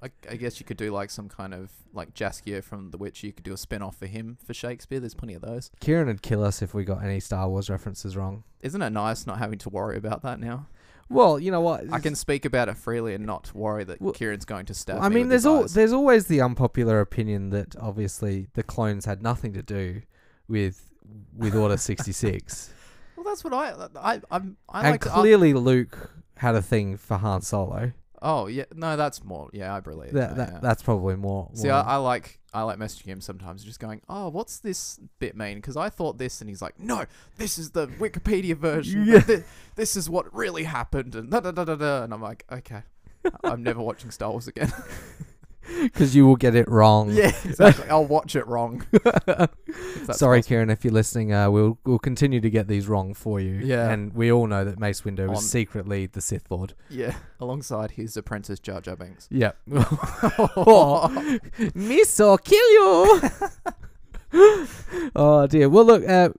B: I, I guess you could do like some kind of like Jaskier from The Witcher. You could do a spin off for him for Shakespeare. There's plenty of those.
A: Kieran would kill us if we got any Star Wars references wrong.
B: Isn't it nice not having to worry about that now?
A: Well, you know what?
B: I can speak about it freely and not worry that
A: Well-
B: Kieran's going to stab.
A: I
B: me
A: mean,
B: with
A: there's
B: his
A: all
B: eyes.
A: there's always the unpopular opinion that obviously the clones had nothing to do with with Order 66,
B: well, that's what I I I'm, I
A: and
B: like. to ar-
A: clearly Luke had a thing for Han Solo.
B: oh yeah, no, that's more. Yeah, I believe
A: That,
B: so,
A: that
B: yeah.
A: that's probably more.
B: See,
A: more-
B: I, I like I like messaging him sometimes, just going, "Oh, what's this bit mean?" Because I thought this, and he's like, "No, this is the Wikipedia version.
A: Yeah.
B: Yeah. this is what really happened." And da da da da da. And I'm like, "Okay, I- I'm never watching Star Wars again."
A: 'Cause you will get it wrong.
B: yeah, exactly. I'll watch it wrong. if that's
A: Sorry,
B: possible.
A: Kieran, if you're listening, uh, we'll we'll continue to get these wrong for you.
B: Yeah.
A: and we all know that Mace Windu
B: On-
A: is secretly the Sith Lord.
B: Yeah, alongside his apprentice Jar Jar Binks.
A: Yeah. oh, miss or kill you. oh dear. Well, look. Uh,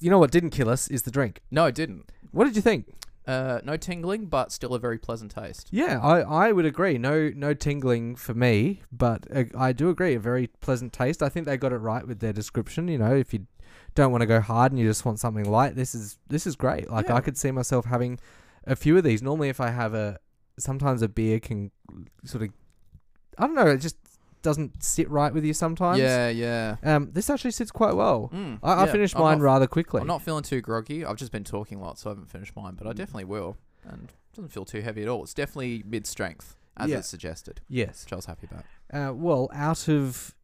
A: you know what didn't kill us is the drink.
B: No, it didn't.
A: What did you think?
B: Uh, no tingling, but still a very pleasant taste.
A: Yeah, I, I would agree. No no tingling for me, but uh, I do agree. A very pleasant taste. I think they got it right with their description. You know, if you don't want to go hard and you just want something light, this is this is great. Like
B: Yeah.
A: I could see myself having a few of these. Normally, if I have a, sometimes a beer can sort of, I don't know, it just doesn't sit right with you sometimes.
B: Yeah, yeah.
A: Um, this actually sits quite well.
B: Mm,
A: I, I
B: yeah.
A: finished
B: I'm
A: mine
B: not
A: rather quickly.
B: I'm not feeling too groggy. I've just been talking a lot, so I haven't finished mine,
A: Mm.
B: but I definitely will. And it doesn't feel too heavy at all. It's definitely mid strength, as
A: Yeah.
B: it's suggested,
A: yes.
B: which I was happy about.
A: Uh, well, out of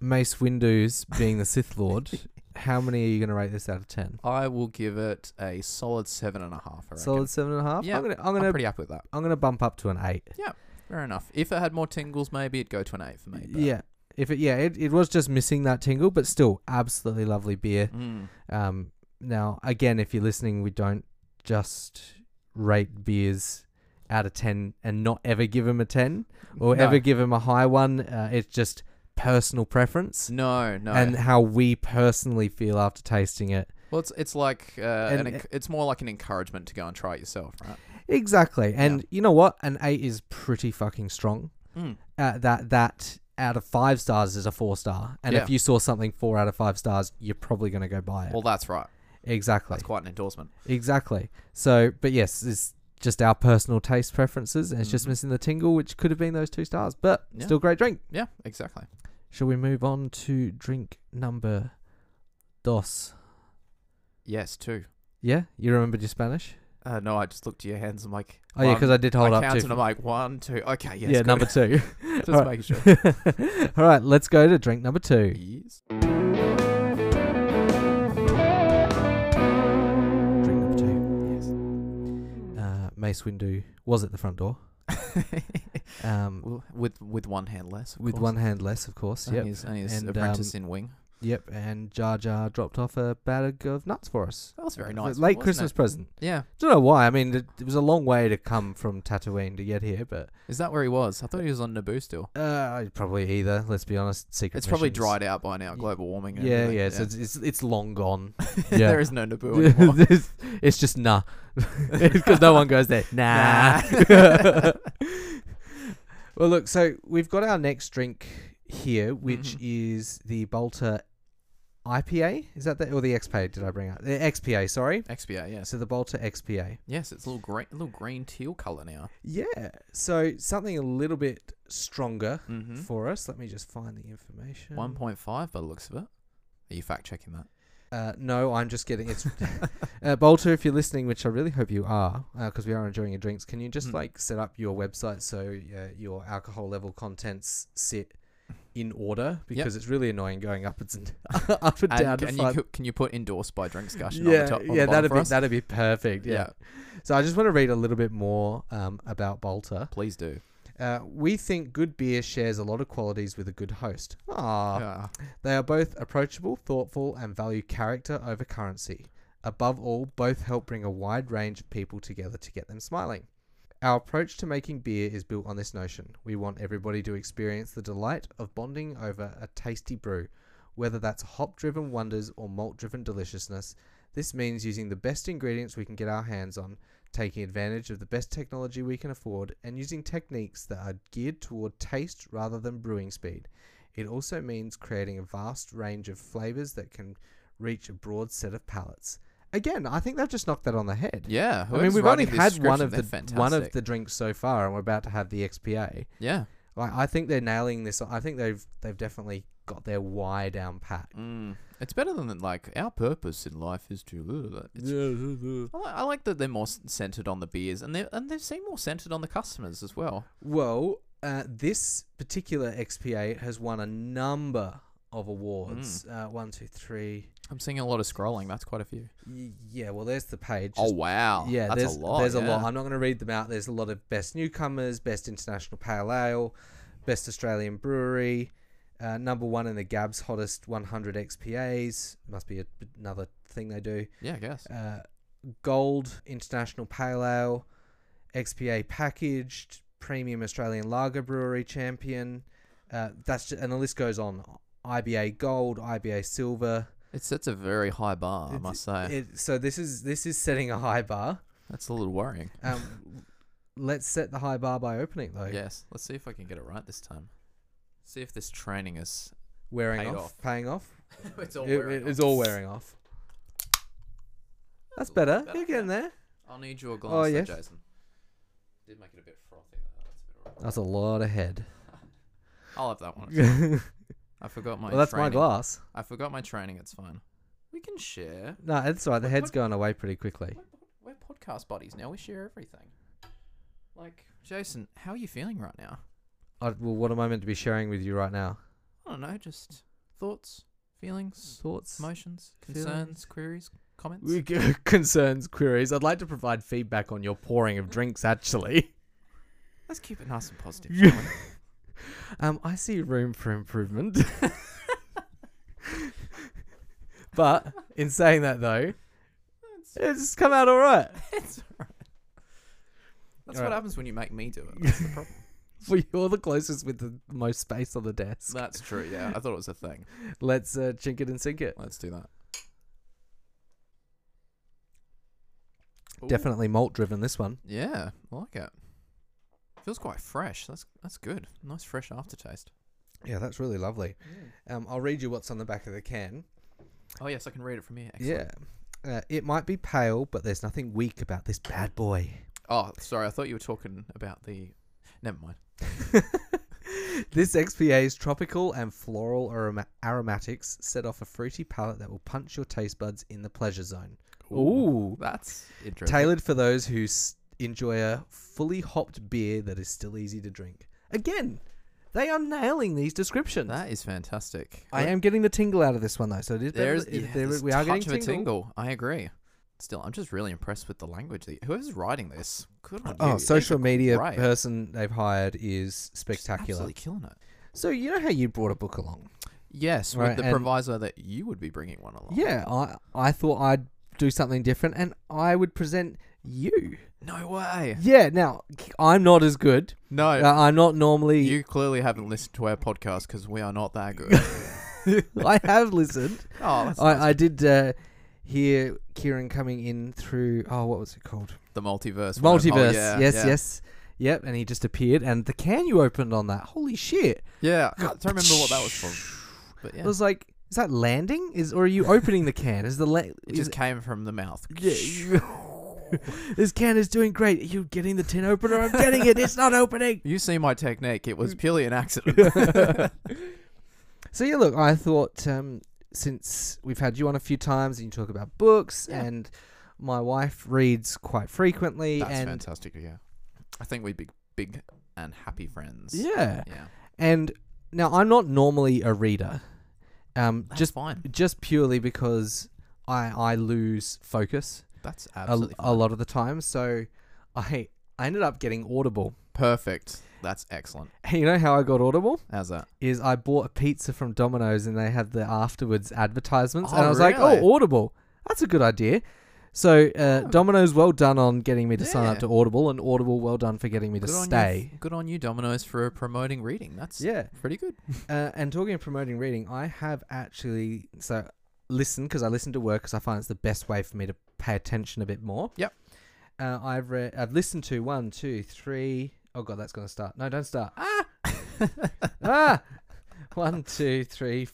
A: Mace Windu's being the Sith Lord, how many are you going to rate this out of ten?
B: I will give it a solid seven and a half. I reckon.
A: Solid seven and a half.
B: Yeah,
A: I'm gonna, I'm
B: I'm
A: gonna,
B: pretty happy with that.
A: I'm gonna bump up to an eight.
B: Fair enough. If it had more tingles, maybe it'd go to an eight for me. but-
A: Yeah. If it, yeah, it, it was just missing that tingle, but still absolutely lovely beer.
B: Mm.
A: Um, now again, if you're listening, we don't just rate beers out of ten and not ever give them a ten or
B: no.
A: ever give them a high one. Uh, it's just personal preference
B: No, no.
A: and how we personally feel after tasting it.
B: well, it's it's like uh,
A: and-
B: an, enc- it's more like an encouragement to go and try it yourself, right?
A: Exactly. And you know what? An eight is pretty fucking strong.
B: Mm.
A: Uh, that that out of five stars is a four star. And if
B: Yeah.
A: you saw something four out of five stars, you're probably going to go buy it.
B: Well, that's right.
A: exactly.
B: That's quite an endorsement.
A: Exactly. So, but yes, it's just our personal taste preferences, and it's just
B: Mhm.
A: missing the tingle, which could have been those two stars, but
B: Yeah.
A: still great drink.
B: Yeah, exactly.
A: Shall we move on to drink number dos?
B: Yes, too.
A: Yeah, you remembered your Spanish?
B: Uh, no, I just looked to your hands. I'm like,
A: Oh yeah,
B: one-
A: because I did hold
B: I
A: up
B: counted.
A: two.
B: I'm like one, two. Okay, yes,
A: yeah,
B: good.
A: number two.
B: just
A: alright.
B: making sure.
A: All right, let's go to drink number two.
B: Yes.
A: Drink number two.
B: Yes.
A: Uh, Mace Windu was at the front door. Um,
B: Well, with with one hand less. of
A: with
B: course.
A: one hand less, of course.
B: And
A: Yep.
B: his, and his
A: And, um,
B: apprentice in wing.
A: Yep. And Jar Jar dropped off a bag of nuts for us.
B: That was very
A: It was
B: nice.
A: a Late
B: wasn't
A: Christmas
B: it?
A: present.
B: Yeah.
A: don't know why. I mean, it, it was a long way to come from Tatooine to get here, but
B: Is that where he was? I thought he was on Naboo still.
A: uh, probably either. Let's be honest, secret.
B: It's probably
A: missions.
B: dried out by now. Global warming. And
A: Yeah, yeah.
B: everything.
A: So it's, it's it's long gone. yeah.
B: there is no Naboo anymore.
A: it's, it's just nah, because no one goes there. Nah.
B: Nah.
A: well, look. So we've got our next drink here, which
B: Mhm.
A: is the Bolter IPA. Is that the or the XPA? Did I bring up the XPA? Sorry.
B: XPA. Yes.
A: So the Bolter XPA.
B: Yes. It's a little green, little green teal color now.
A: Yeah. So something a little bit stronger
B: Mm-hmm.
A: for um, us. Let me just find the information.
B: One point five by the looks of it. Are you fact checking that?
A: Uh, no, I'm just getting it's uh, Bolter. If you're listening, which I really hope you are, because we are enjoying your drinks. Can you just
B: Mm.
A: like set up your website so uh, your alcohol level contents sit in order? Because it's really annoying going upwards and up and,
B: And,
A: down. to
B: can,
A: find-
B: you, co- can you put endorsed by drink discussion on
A: yeah,
B: the top? On
A: yeah,
B: the bottom
A: that'd
B: for
A: be
B: us?
A: that'd be perfect. Yeah. So I just want to read a little bit more um, about Bolter.
B: Please do.
A: Uh, we think good beer shares a lot of qualities with a good host. Ah,
B: Ah,
A: They are both approachable, thoughtful, and value character over currency. Above all, both help bring a wide range of people together to get them smiling. Our approach to making beer is built on this notion. We want everybody to experience the delight of bonding over a tasty brew, whether that's hop driven wonders or malt driven deliciousness. This means using the best ingredients we can get our hands on, taking advantage of the best technology we can afford, and using techniques that are geared toward taste rather than brewing speed. It also means creating a vast range of flavors that can reach a broad set of palates. Again, I think they've just knocked that on the head.
B: yeah.
A: I mean,
B: whoever's
A: we've only
B: writing this
A: had one
B: description,
A: of the
B: they're
A: one of
B: fantastic.
A: the drinks so far, and we're about to have the XPA.
B: Yeah.
A: Like, I think they're nailing this. I think they've they've definitely got their Y down pat.
B: Mm. It's better than like our purpose in life is to. It's, I, li- I like that they're more s- centered on the beers, and they and they seem more centered on the customers as well.
A: Well, uh, this particular XPA has won a number of
B: Hmm.
A: awards. Uh, one, two, three.
B: I'm seeing a lot of scrolling. That's quite a few.
A: Y- yeah. Well, there's the page.
B: Oh
A: Just
B: wow!
A: yeah,
B: that's
A: there's
B: a lot.
A: There's a lot.
B: yeah.
A: I'm not going to read them out. There's a lot of best newcomers, best international pale ale, best Australian brewery, uh, number one in the Gab's hottest 100 XPAs. Must be a, another thing they do.
B: Yeah, I guess.
A: Uh, gold international pale ale, XPA packaged, premium Australian lager brewery champion. Uh, that's just, and the list goes on. IBA gold, IBA silver.
B: It sets a very high bar, Oh, I
A: It's-
B: must say.
A: It, so this is this is setting a high bar.
B: that's a little worrying.
A: Um, let's set the high bar by opening it, though.
B: Yes. Let's see if I can get it right this time. See if this training is.
A: Wearing
B: Paid
A: off,
B: off.
A: paying off.
B: it's all
A: It- it- It's all wearing off. That's better.
B: better,
A: You're getting there.
B: I'll need your glass,
A: Oh,
B: though,
A: yes.
B: Jason. Did make it a bit frothy. though, That's a bit alright.
A: That's a lot of head.
B: I'll have that one.
A: well,
B: I forgot my.
A: that's my
B: training.
A: glass.
B: I forgot my training. It's fine. We can share.
A: No, it's all right. The head's
B: what-
A: going away pretty quickly.
B: We're, pod- we're podcast buddies now. We share everything. Like Jason, how are you feeling right now?
A: I, well, what am I meant to be sharing with you right now?
B: I don't know. Just thoughts, feelings,
A: Thoughts?
B: emotions,
A: Feelings.
B: concerns, queries, comments.
A: We g- Concerns, queries. I'd like to provide feedback on your pouring of drinks, actually.
B: Let's keep it nice and positive. shall we?
A: Um, I see room for improvement. but in saying that, though, it's come out all right.
B: It's alright. That's
A: Alright.
B: what happens when you make me do it. That's the problem.
A: Well, you're the closest with the most space on the desk.
B: That's true. Yeah, I thought it was a thing.
A: Let's uh, chink it and sink it.
B: Let's do that. Ooh.
A: Definitely malt driven. This one.
B: Yeah, I like it. Feels quite fresh. That's that's good. Nice fresh aftertaste.
A: Yeah, that's really lovely. Um, I'll read you what's on the back of the can.
B: Oh yes, I can read it from here. Excellent.
A: Yeah. Uh, it might be pale, but there's nothing weak about this bad boy.
B: Oh, sorry. I thought you were talking about the. Never mind.
A: This XPA's tropical and floral aroma- aromatics set off a fruity palette that will punch your taste buds in the pleasure zone. Ooh.
B: that's interesting.
A: Tailored for those who s- enjoy a fully hopped beer that is still easy to drink. Again, they are nailing these descriptions.
B: That is fantastic.
A: I am getting the tingle out of this one though, so it is better-
B: There's,
A: it-
B: yeah,
A: there-
B: there's
A: we are
B: touch
A: getting
B: of a
A: tingle.
B: tingle. I agree. Still, I'm just really impressed with the language. That, whoever's writing this, good on you.
A: Oh,
B: These
A: social
B: are
A: media
B: great.
A: person they've hired is
B: Just
A: spectacular.
B: Absolutely killing it.
A: So you know how you brought a book along?
B: Yes,
A: Right,
B: with the
A: and-
B: proviso that you would be bringing one along.
A: Yeah, I I thought I'd do something different and I would present you.
B: No way.
A: Yeah, now I'm not as good.
B: No,
A: Uh, I'm not normally
B: you clearly haven't listened to our podcast because we are not that good. oh,
A: I have listened.
B: that's nice.
A: I, I did uh, hear Kieran coming in through oh what was it called?
B: the multiverse. wormhole,
A: Multiverse.
B: Oh, yeah,
A: yes,
B: yeah.
A: yes. Yep, and he just appeared and the can you opened on that. Holy shit.
B: Yeah, I don't remember what that was from. But yeah,
A: It was like is that landing? Is or are you opening the can? Is the la-
B: it
A: is
B: just came from the mouth.
A: Yeah. this can is doing great. Are you getting the tin opener? I'm getting it. It's not opening.
B: You see my technique. It was purely an accident.
A: So yeah, look, I thought um, since we've had you on a few times and you talk about books
B: Yeah.
A: and my wife reads quite frequently
B: That's
A: and
B: fantastic. Yeah, I think we'd be big and happy friends.
A: yeah.
B: yeah.
A: And now I'm not normally a reader. Um
B: That's
A: just
B: fine.
A: just purely because I I lose focus
B: That's
A: a,
B: absolutely
A: a lot of the time. So I I ended up getting Audible.
B: perfect. That's excellent.
A: And you know how I got Audible?
B: How's that?
A: is I bought a pizza from Domino's and they had the afterwards advertisements,
B: Oh,
A: and I was like,
B: really?
A: "Oh, Audible, that's a good idea." So uh,
B: Oh.
A: Domino's, well done on getting me to sign up
B: Yeah.
A: to Audible, and Audible, well done for getting me to
B: Good on
A: stay.
B: you. Good on you, Domino's, for promoting reading. That's
A: Yeah,
B: pretty good.
A: uh, and talking of promoting reading, I have actually so listen because I listen to work because I find it's the best way for me to pay attention a bit more.
B: Yep.
A: Uh, I've read. I've listened to one, two, three. Oh god, that's gonna start. No, don't start.
B: Ah.
A: ah, one, two, three,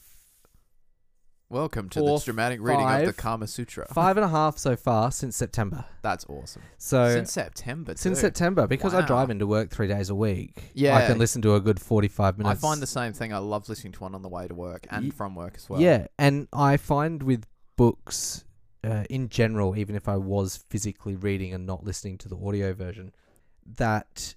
B: Welcome to
A: Four,
B: this dramatic reading of the
A: five,
B: Kama Sutra.
A: five and a half so far since September.
B: That's awesome.
A: So since,
B: since September. too.
A: September, because I
B: Wow.
A: drive into work three days a week, I
B: Yeah.
A: can listen to a good forty-five
B: I
A: minutes.
B: find the same thing. I love listening to one on the way to work and
A: Ye-
B: from work as well.
A: yeah, and I find with books uh, in general, even if I was physically reading and not listening to the audio version, that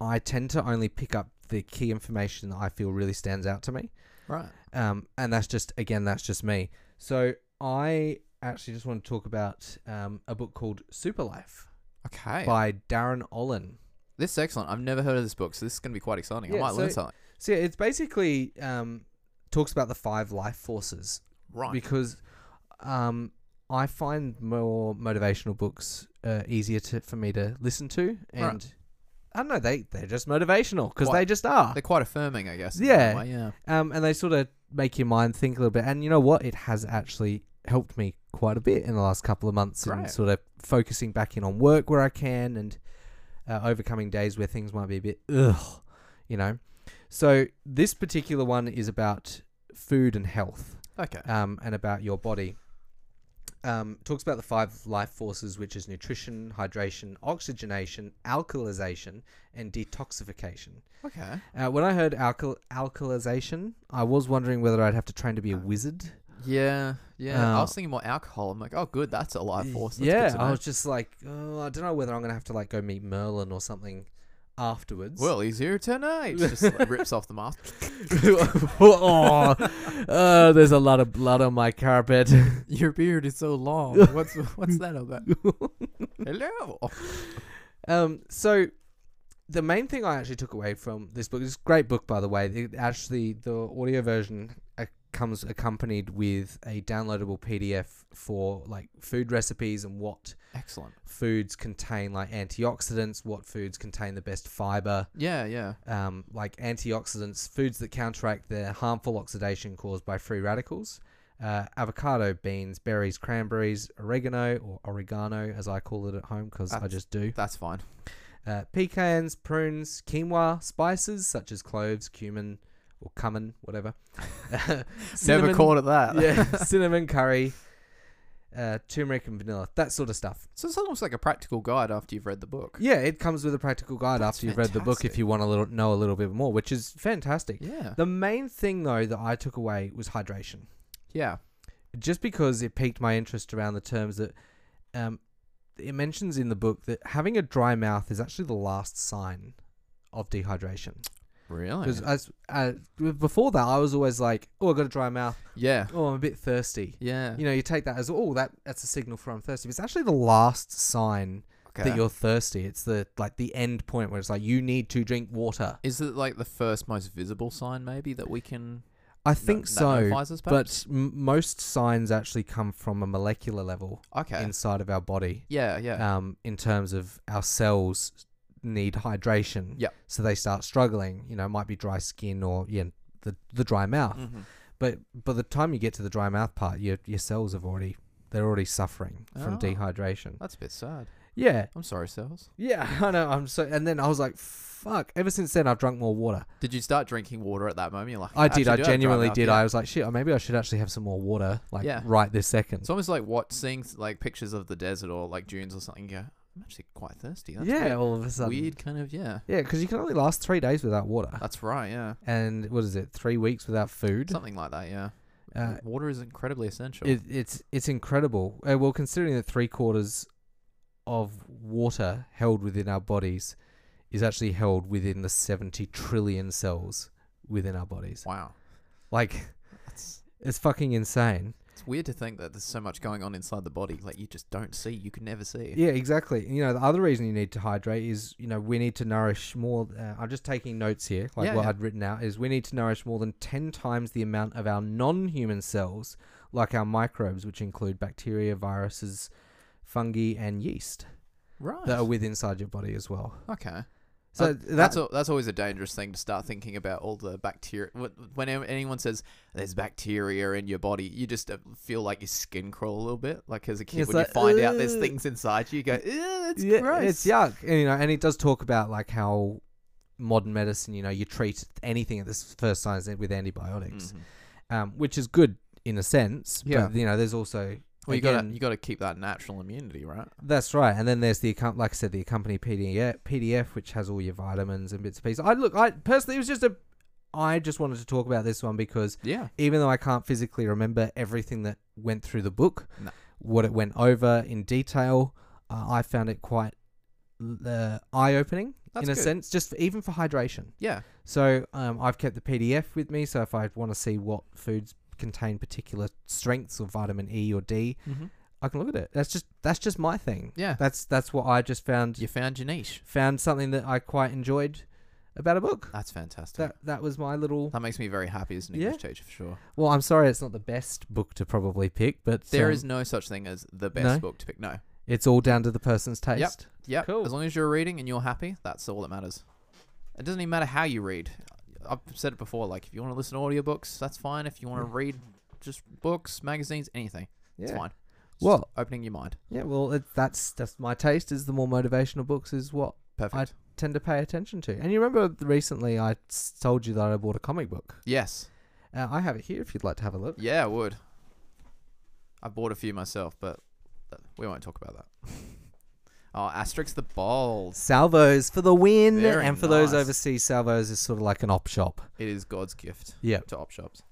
A: I tend to only pick up the key information that I feel really stands out to me.
B: Right.
A: Um, and that's just again, that's just me. So I actually just want to talk about um, a book called Super Life
B: Okay.
A: by Darren Olin.
B: This is excellent. I've never heard of this book, so this is going to be quite exciting. I
A: Yeah,
B: might learn
A: so-
B: something.
A: So yeah, it's basically um, talks about the five life forces
B: Right.
A: because um, I find more motivational books uh, easier to, for me to listen to, and
B: Right.
A: I don't know they they're just motivational because
B: Quite-
A: they just are,
B: They're quite affirming, I guess. in that
A: Yeah.
B: way, Yeah.
A: um, and they sort of make your mind think a little bit. And you know what, it has actually helped me quite a bit in the last couple of months, and
B: Great.
A: sort of focusing back in on work where I can, and uh, overcoming days where things might be a bit ugh, you know. So this particular one is about food and health,
B: Okay.
A: um, and about your body. Um, talks about the five life forces, which is nutrition, hydration, oxygenation, alkalization, and detoxification.
B: Okay.
A: Uh, when I heard alkal- alkalization, I was wondering whether I'd have to train to
B: Uh,
A: be a wizard.
B: Yeah. Yeah. I
A: Uh,
B: was thinking more alcohol. I'm like, oh, good. That's a life force. That's Good
A: yeah,
B: to
A: I
B: know.
A: was just like, oh, I don't know whether I'm gonna have to like go meet Merlin or something afterwards.
B: Well, he's here tonight. Just like, rips off the mask.
A: oh, uh, there's a lot of blood on my carpet.
B: Your beard is so long. What's what's that about? Hello. Oh,
A: Um, so the main thing I actually took away from this book, this great book by the way, it actually the audio version uh, comes accompanied with a downloadable PDF for like food recipes and what
B: Excellent.
A: foods contain like antioxidants, what foods contain the best fiber,
B: Yeah. Yeah.
A: um, like antioxidants, foods that counteract the harmful oxidation caused by free radicals, uh, avocado, beans, berries, cranberries, oregano or oregano as I call it at home because I
B: That's-
A: just do.
B: That's fine.
A: Uh, pecans, prunes, quinoa, spices such as cloves, cumin or cumin, whatever.
B: Never
A: Cinnamon-
B: called it that.
A: yeah, cinnamon curry, uh, turmeric and vanilla, that sort of stuff.
B: So it's almost like a practical guide after you've read the book.
A: Yeah, it comes with a practical guide
B: That's
A: after you've read the book if
B: fantastic.
A: you want to little, know a little bit more, which is fantastic.
B: Yeah.
A: The main thing though that I took away was hydration.
B: Yeah.
A: just because it piqued my interest around the terms that um, it mentions in the book that having a dry mouth is actually the last sign of dehydration.
B: Really?
A: Because as uh, before that, I was always like, "Oh, I got a dry mouth.
B: Yeah.
A: Oh, I'm a bit thirsty."
B: Yeah.
A: You know, you take that as, "Oh, that that's a signal for I'm thirsty." But it's actually the last sign
B: Okay.
A: that you're thirsty. It's the like the end point where it's like you need to drink water.
B: Is it like the first most visible sign maybe that we can
A: I think
B: that
A: so.
B: notifies us
A: But
B: perhaps?
A: m- most signs actually come from a molecular level
B: okay.
A: inside of our body.
B: yeah, yeah.
A: um, in terms of our cells need hydration.
B: Yep.
A: So they start struggling. You know, it might be dry skin or yeah, the the dry mouth.
B: Mhm.
A: But by the time you get to the dry mouth part, your your cells have already they're already suffering from
B: Oh.
A: dehydration.
B: That's a bit sad.
A: Yeah,
B: I'm sorry, cells.
A: yeah, I know. I'm so. And then I was like, fuck. Ever since then, I've drunk more water.
B: Did you start drinking water at that moment? You're like,
A: I did.
B: actually
A: I
B: do have dry
A: genuinely
B: mouth,
A: did.
B: yeah.
A: I was like, shit. oh, Maybe I should actually have some more water. Like
B: Yeah.
A: right this second.
B: It's almost like what seeing like pictures of the desert or like dunes or something. You go, I'm actually quite thirsty. That's
A: yeah.
B: weird.
A: All of a
B: Weird, Uh,
A: sudden.
B: kind of yeah.
A: Yeah, because you can only last three days without water,
B: That's right. Yeah,
A: and what is it? Three weeks without food.
B: something like that. Yeah,
A: Uh,
B: water is incredibly essential.
A: It, it's it's incredible. Uh, well, considering that three quarters of water held within our bodies is actually held within the seventy trillion cells within our bodies,
B: wow,
A: like
B: it's,
A: it's fucking insane.
B: it's weird to think that there's so much going on inside the body like you just don't see. You can never see.
A: Yeah, exactly. You know, the other reason you need to hydrate is you know we need to nourish more. Uh, I'm just taking notes here, like
B: Yeah,
A: what
B: yeah.
A: I'd written out is we need to nourish more than ten times the amount of our non-human cells, like our microbes, which include bacteria, viruses, fungi, and yeast.
B: Right.
A: that are with inside your body as well.
B: okay.
A: So
B: That-
A: that's
B: that's al that's always a dangerous thing to start thinking about all the bacteria. wh- When a- anyone says there's bacteria in your body, you just uh, feel like your skin crawl a little bit. Like as a kid,
A: It's
B: when
A: like,
B: you find out there's
A: "Ugh."
B: things inside you, you go, "Ew, that's
A: yeah,
B: gross."
A: it's yuck, and, you know. And it does talk about like how modern medicine, you know, you treat anything at this first signs with antibiotics,
B: Mhm.
A: um, which is good in a sense.
B: Yeah.
A: But you know, there's also
B: Well, you gotta
A: again,
B: you gotta keep that natural immunity, right?
A: That's right. And then there's the account, like I said, the accompany PDF, PDF, which has all your vitamins and bits and pieces. I look, I personally, it was just a, I just wanted to talk about this one because
B: Yeah.
A: even though I can't physically remember everything that went through the book,
B: No.
A: what it went over in detail, uh, I found it quite uh, eye opening in
B: That's
A: a
B: good.
A: sense, just for, even for hydration.
B: Yeah.
A: So um, I've kept the PDF with me. So if I want to see what foods contain particular strengths or vitamin E or D,
B: Mm-hmm.
A: I can look at it. That's just that's just my thing.
B: Yeah.
A: That's that's what I just found
B: You found your niche.
A: found something that I quite enjoyed about a book.
B: That's fantastic. That,
A: That that was my little.
B: makes me very happy as an
A: Yeah.
B: English teacher for sure.
A: Well, I'm sorry, it's not the best book to probably pick, but
B: There
A: um,
B: is no such thing as the best
A: No?
B: book to pick. No.
A: It's all down to the person's taste.
B: Yeah.
A: Cool.
B: As long as you're reading and you're happy, that's all that matters. It doesn't even matter how you read. I've said it before. Like if you want to listen to audiobooks, that's fine. If you want to read just books, magazines, anything, it's fine. It's just
A: Well-
B: opening your mind.
A: Yeah. Well, it, that's that's my taste. Is the more motivational books is what
B: Perfect.
A: tend to pay attention to. And you remember recently I s- told you that I bought a comic book.
B: yes.
A: Uh, I have it here if you'd like to have a look.
B: Yeah, I would. I bought a few myself, but th- we won't talk about that. oh, Asterix the Bold.
A: Salvos for the win,
B: Very
A: and for those
B: nice.
A: overseas, Salvos is sort of like an op shop.
B: It is God's gift
A: Yeah.
B: to op shops.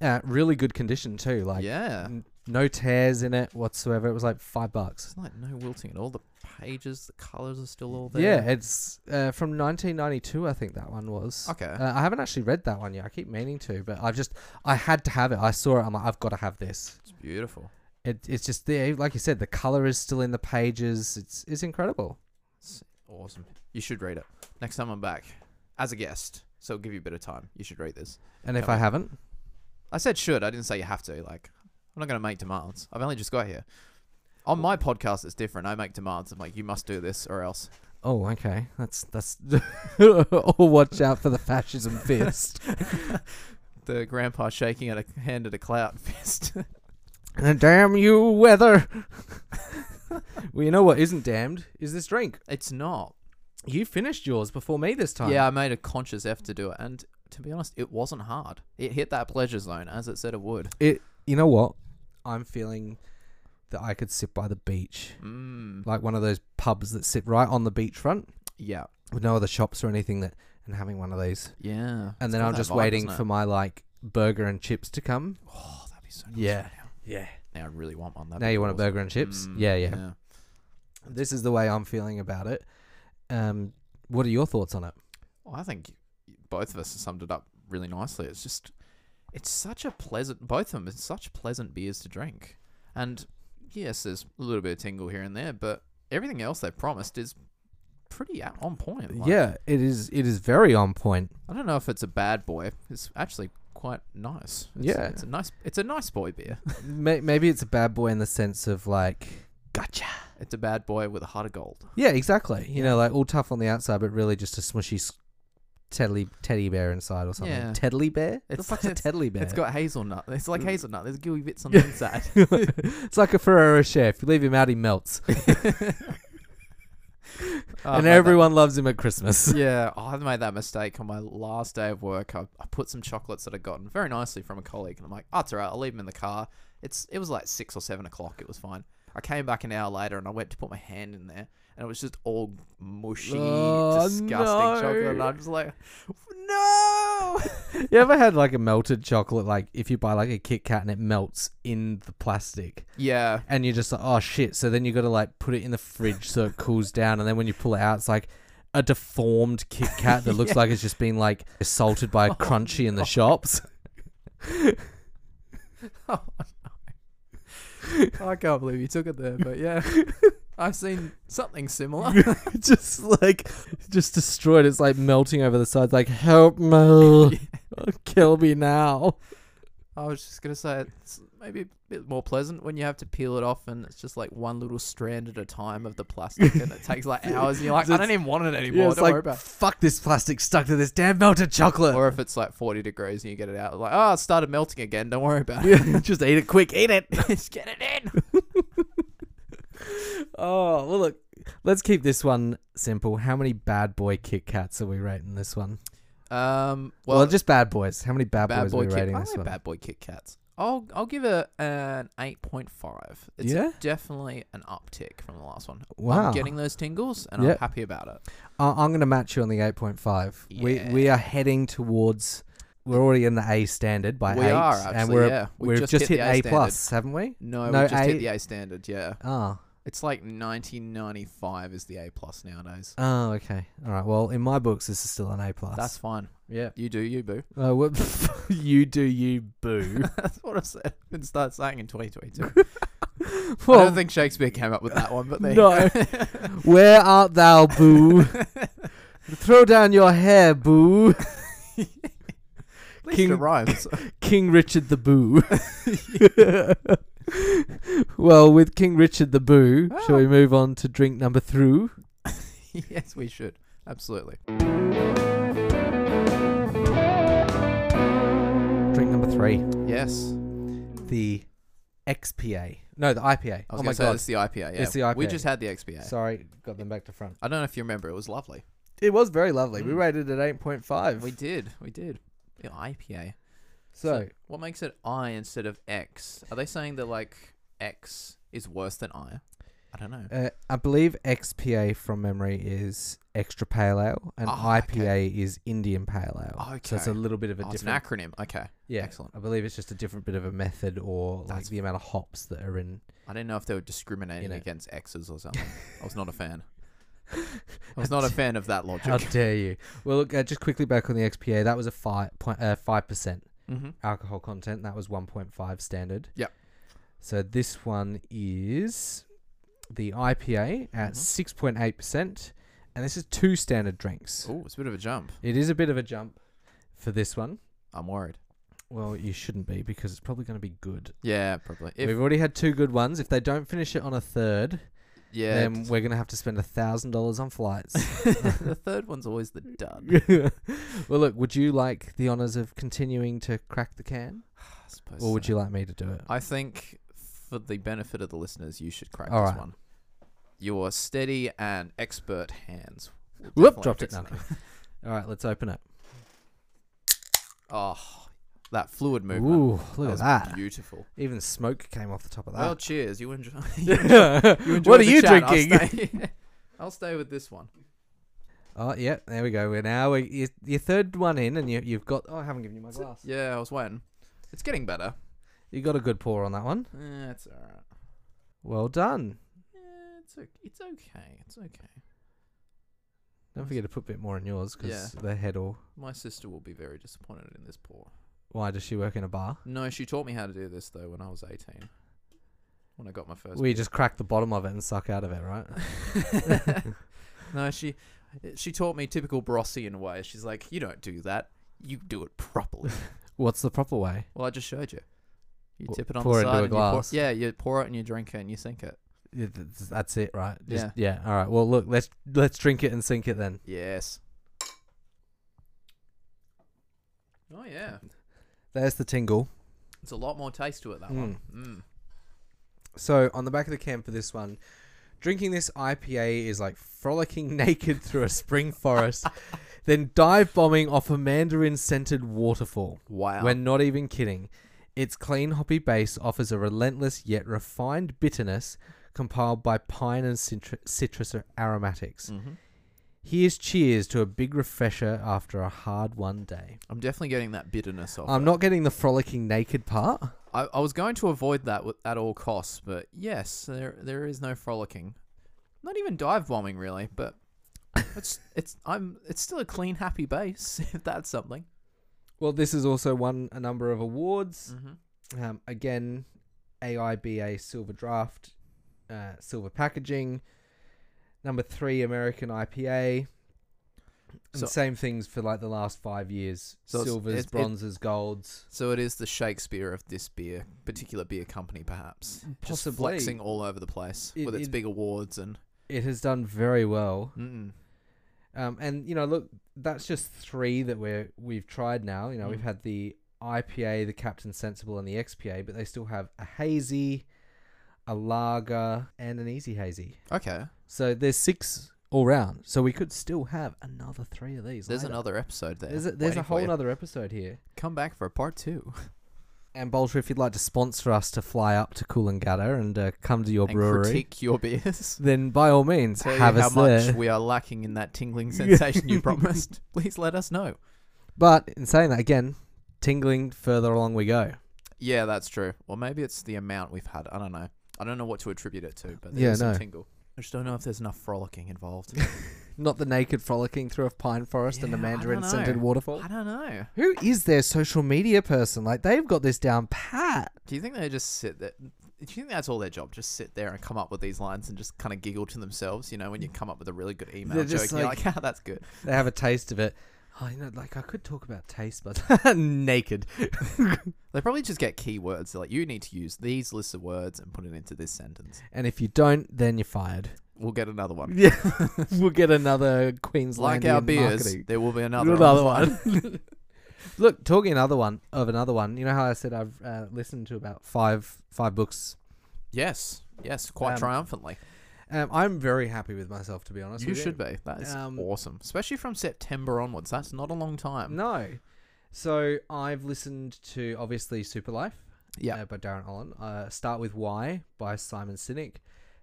A: Uh, really good condition too. Like
B: yeah.
A: n- no tears in it whatsoever. It was like five bucks.
B: It's like no wilting at all. The pages, the colors are still all there.
A: Yeah, it's uh, from 1992, I think that one was.
B: Okay.
A: Uh, I haven't actually read that one yet. I keep meaning to, but I've just I had to have it. I saw it. I'm like, I've got to have this.
B: it's beautiful.
A: It, it's just there, like you said, the color is still in the pages. It's it's incredible.
B: It's awesome. You should read it. Next time I'm back, as a guest, so it'll give you a bit of time. You should read this.
A: And if
B: Can't
A: I
B: wait.
A: haven't,
B: I said should. I didn't say you have to. Like, I'm not going to make demands. I've only just got here. On my podcast, it's different. I make demands. I'm like, you must do this or else.
A: oh okay, that's that's. oh, watch out for the fascism fist.
B: the grandpa shaking at a hand at a cloud fist.
A: Damn you, weather. well, you know what isn't damned is this drink.
B: it's not.
A: You finished yours before me this time.
B: Yeah, I made a conscious effort to do it, and to be honest, it wasn't hard. It hit that pleasure zone as it said it would.
A: It. You know what? I'm feeling that I could sit by the beach,
B: Mm.
A: like one of those pubs that sit right on the beachfront
B: Yeah,
A: with no other shops or anything that, and having one of these.
B: yeah.
A: And then
B: got
A: I'm
B: that
A: just
B: vibe,
A: waiting
B: doesn't it?
A: for my like burger and chips to come.
B: Oh, that'd be so nice.
A: Yeah.
B: right now.
A: Yeah.
B: Now I really want one. That'd
A: Now
B: be
A: you want a
B: awesome.
A: burger and chips?
B: Mm,
A: yeah, yeah. This is the way I'm feeling about it. Um, what are your thoughts on it?
B: Well, I think both of us have summed it up really nicely. It's just, it's such a pleasant. Both of them, it's such pleasant beers to drink. And yes, there's a little bit of tingle here and there, but everything else they promised is pretty a- on point. Like,
A: yeah, it is. It is very on point.
B: I don't know if it's a bad boy. It's actually quite nice. It's,
A: Yeah.
B: it's a nice. It's a nice boy beer.
A: May- Maybe it's a bad boy in the sense of like, gotcha.
B: it's a bad boy with a heart of gold.
A: Yeah, exactly. You know, like all tough on the outside, but really just a smushy s- teddy teddy bear inside or something.
B: Yeah.
A: Teddy bear? It's the
B: It's-
A: fuck's a
B: it's-
A: teddy bear?
B: It's got hazelnut. It's like hazelnut. There's gooey bits on
A: Yeah.
B: the inside.
A: it's like a Ferrero Rocher. If you leave him out, he melts,
B: Oh, I've made
A: and
B: that-
A: everyone loves him at Christmas.
B: Yeah, oh, I made that mistake on my last day of work. I, I put some chocolates that I'd gotten very nicely from a colleague, and I'm like, "Oh, it's alright. I'll leave them in the car." It's it was like six or seven o'clock. It was fine. I came back an hour later, and I went to put my hand in there, and it was just all mushy,
A: Oh,
B: disgusting
A: no.
B: chocolate. And I'm just like, "No!"
A: You ever had like a melted chocolate? Like if you buy like a Kit Kat and it melts in the plastic,
B: yeah,
A: and you're just like, oh shit. So then you got to like put it in the fridge so it cools down, and then when you pull it out, it's like a deformed Kit Kat that looks like it's just been like assaulted by a crunchy in the shops.
B: oh, no. I can't believe you took it there, but yeah, I've seen something similar.
A: just like just destroyed. It's like melting over the sides. Like help me, Oh, kill me now.
B: I was just gonna say it's maybe a bit more pleasant when you have to peel it off and it's just like one little strand at a time of the plastic and it takes like hours and you're like, I don't even want it anymore.
A: Yeah, it's
B: don't worry
A: like
B: about it.
A: fuck this plastic stuck to this damn melted chocolate.
B: Or if it's like 40 degrees and you get it out, like, oh, it started melting again. Don't worry about it.
A: Yeah, just eat it quick. Eat it.
B: Just get it in.
A: Oh well, look. Let's keep this one simple. How many bad boy Kit Kats are we rating this one?
B: Um,
A: Well,
B: well, just
A: just bad boys. How many bad,
B: bad
A: boys
B: boy
A: are we
B: Kit.
A: rating
B: I
A: this
B: like
A: one?
B: bad boy Kit Kats. I'll I'll give it an 8.5. It's
A: Yeah?
B: definitely an uptick from the last one.
A: wow.
B: I'm getting those tingles and
A: Yeah.
B: I'm happy about it.
A: I- I'm going to match you on the 8.5. We we
B: Yeah.
A: are heading towards. We're already in the A standard by
B: we
A: eight,
B: are actually,
A: and we're
B: yeah. We've,
A: we've just, hit,
B: the
A: A
B: standard.
A: plus, haven't we?
B: No,
A: No,
B: we just
A: A-
B: hit the A standard. Yeah,
A: Oh.
B: it's like 1995 is the A plus nowadays.
A: Oh, okay. All right. Well, in my books, this is still an A plus.
B: That's fine.
A: yeah.
B: You do you, boo.
A: Uh, what, you do you boo.
B: That's what I said. Didn't start saying in 2022. I
A: Well,
B: don't think Shakespeare came up with that one, but there
A: No. Where art thou, boo? Throw down your hair, boo.
B: King
A: King-
B: it rhymes.
A: King Richard the Boo. well, with King Richard the Boo, shall we move on to drink number three?
B: yes, we should absolutely.
A: Drink number three,
B: Yes,
A: the XPA. No, the IPA.
B: I was
A: oh
B: gonna
A: my
B: say
A: god.
B: it's the IPA. Yeah,
A: It's the
B: We
A: IPA.
B: just had the XPA.
A: Sorry, got them back to front.
B: I don't know if you remember. It was lovely.
A: It was very lovely. We
B: Mm.
A: rated it eight point five.
B: We did. We did. The IPA.
A: so
B: What makes it I instead of X? Are they saying that like X is worse than I? I don't know.
A: Uh, I believe XPA from memory is extra pale ale, and
B: Ah,
A: IPA
B: okay.
A: is Indian pale ale. So it's a
B: Okay.
A: little bit of a
B: Oh, it's an
A: different.
B: acronym. Okay.
A: yeah,
B: Excellent.
A: I believe it's just a different bit of a method, or like
B: That's-
A: the amount of hops that are in.
B: I didn't know if they were discriminating
A: know.
B: against X's or something. I was not a fan. I was not a fan of that
A: How
B: logic.
A: dare you? Well, look, uh, just quickly back on the XPA. That was a five point uh, five percent
B: hmm
A: alcohol content. That was one point five standard.
B: Yep.
A: So this one is the IPA at
B: Mhm.
A: six point eight percent, and this is two standard drinks.
B: Oh, it's a bit of a jump.
A: It is a bit of a jump for this one.
B: I'm worried.
A: Well, you shouldn't be because it's probably going to be good.
B: Yeah, probably. If,
A: We've already had two good ones. If they don't finish it on a third,
B: Yeah.
A: then we're gonna have to spend a thousand dollars on flights.
B: the third one's always the dud.
A: well, look, would you like the honors of continuing to crack the can,
B: I suppose
A: or would
B: so.
A: you like me to do it?
B: I think for the benefit of the listeners, you should crack
A: All
B: this
A: right.
B: one. Your steady and expert hands. will
A: Whoop,
B: definitely
A: dropped it.
B: fix
A: No, no. All right, let's open it.
B: Oh, that fluid movement.
A: Ooh, look at
B: was
A: that!
B: Beautiful.
A: Even smoke came off the top of
B: Well,
A: that.
B: cheers. You enjoy. you enjoy
A: what are
B: the
A: you
B: chat. I'll
A: drinking?
B: stay- I'll stay with this one.
A: Oh, yeah, there we go. We're now we your, your third one in, and you, you've got. Oh, I haven't given you my glass.
B: Yeah, I was waiting. It's getting better.
A: You got a good pour on that one.
B: Eh, it's alright.
A: Well done.
B: Eh, it's okay. It's okay. It's okay.
A: Don't forget to put a bit more in yours because the head all.
B: My sister will be very disappointed in this pour.
A: Why does she work in a bar?
B: No, she taught me how to do this though when I was eighteen. When I got my first.
A: We just crack the bottom of it and suck out of it, right?
B: no, she she taught me typical Brossian way. She's like, you don't do that. You do it properly.
A: What's the proper way?
B: well, I just showed you. You
A: Wh-
B: tip it on
A: pour it
B: the
A: into
B: side
A: a
B: and you pour-
A: glass.
B: yeah, you pour it and you drink it and you sink it.
A: Yeah, th- th- That's it, right? Just, yeah. All right. Well, look, let's let's drink it and sink it then.
B: Yes. Oh yeah,
A: There's the tingle.
B: it's a lot more taste to it that one.
A: Hmm.
B: Mm.
A: So on the back of the can for this one, drinking this IPA is like frolicking naked through a spring forest, then dive bombing off a mandarin scented waterfall.
B: Wow.
A: We're not even kidding. Its clean hoppy base offers a relentless yet refined bitterness compiled by pine and citru- citrus aromatics.
B: hmm
A: Here's cheers to a big refresher after a hard one day.
B: I'm definitely getting that bitterness off.
A: I'm
B: it.
A: not getting the frolicking naked part.
B: I, I was going to avoid that with, at all costs, but yes, there there is no frolicking, not even dive bombing really. But it's it's I'm it's still a clean, happy base. If that's something.
A: Well, this has also won a number of awards.
B: Mm-hmm.
A: Um, again, AIBA Silver Draft, uh, Silver Packaging, number three American IPA. And
B: So-
A: same things for like the last five years:
B: So it's-
A: silvers,
B: it's- it-
A: bronzes, golds.
B: So it is the Shakespeare of this beer, particular beer company, perhaps. Just
A: Possibly.
B: flexing all over the place
A: It-
B: with its
A: it-
B: big awards and.
A: It has done very well.
B: Mm-mm.
A: Um, and you know, look, that's just three that we're we've tried now. You know, we've
B: Mm.
A: had the IPA, the Captain Sensible, and the XPA, but they still have a hazy, a lager, and an easy hazy.
B: Okay,
A: So there's six all round. So we could still have another three of these.
B: there's
A: later.
B: another episode there.
A: There's a, there's a
B: waiting for
A: whole
B: you.
A: other episode here.
B: Come back for a part two.
A: And Bolter, if you'd like to sponsor us to fly up to Coolangatta and uh, come to your
B: and
A: brewery,
B: critique your beers.
A: then by all means
B: Tell
A: have
B: you how
A: us
B: much
A: there.
B: we are lacking in that tingling sensation you promised. Please let us know.
A: But in saying that, again, tingling further along we go.
B: Yeah, that's true. Or maybe it's the amount we've had. I don't know. I don't know what to attribute it to, but there's
A: Yeah,
B: some
A: no.
B: tingle. I just don't know if there's enough frolicking involved.
A: Not the naked frolicking through a pine forest and a
B: Yeah, I don't
A: mandarin scented
B: know.
A: waterfall.
B: I don't know.
A: Who is their social media person? Like they've got this down pat.
B: Do you think they just sit there? Do you think that's all their job? Just sit there and come up with these lines and just kind of giggle to themselves? You know, when you come up with a really good email
A: They're
B: joke,
A: just
B: you're
A: like-
B: like, ah, that's good.
A: They have a taste of it. Oh, you know, like I could talk about taste, but naked.
B: They probably just get keywords. They're like, you need to use these lists of words and put it into this sentence.
A: And if you don't, then you're fired.
B: We'll get another one.
A: Yeah, we'll get another Queensland
B: Like our beers, there will be another,
A: Another
B: one.
A: one. Look, talking another one of another one. You know how I said I've uh, listened to about five five books.
B: yes, yes, quite
A: Um,
B: triumphantly.
A: Um, I'm very happy with myself, to be honest.
B: You
A: with
B: should be. That is
A: Um,
B: awesome, especially from September onwards. That's not a long time.
A: No. So I've listened to obviously Super Life,
B: Yeah.
A: uh, by Darren Allen. Uh, Start with Why by Simon Sinek.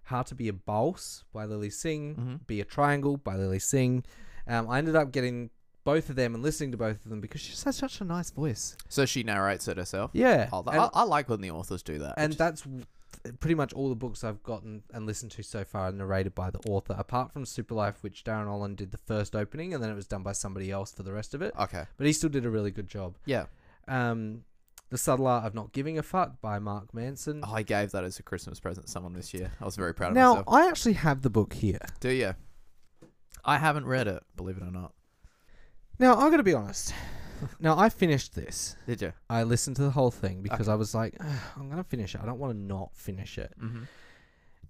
A: How to Be a Boss by Lily Singh.
B: Mhm.
A: Be a Triangle by Lily Singh. Um, I ended up getting both of them and listening to both of them because she just has such a nice voice.
B: So she narrates it herself.
A: Yeah,
B: Oh, that-
A: and,
B: I, I like when the authors do that.
A: and
B: It
A: that's w- th- pretty much all the books I've gotten and listened to so far are narrated by the author, apart from Superlife, which Darren Allen did the first opening, and then it was done by somebody else for the rest of it.
B: just- okay.
A: But he still did a really good job.
B: Yeah.
A: Um, the Subtle Art of Not Giving a Fuck by Mark Manson.
B: Oh, I gave that as a Christmas present to someone this year. I was very proud of
A: now
B: myself.
A: I actually have the book here.
B: Do you? I haven't read it, believe it or not.
A: Now I'm gonna be honest. now I finished this.
B: Did you?
A: I
B: Mm.
A: listened to the whole thing because I was like, "Ugh, I'm gonna finish it. I don't want to not finish it.
B: Mm-hmm.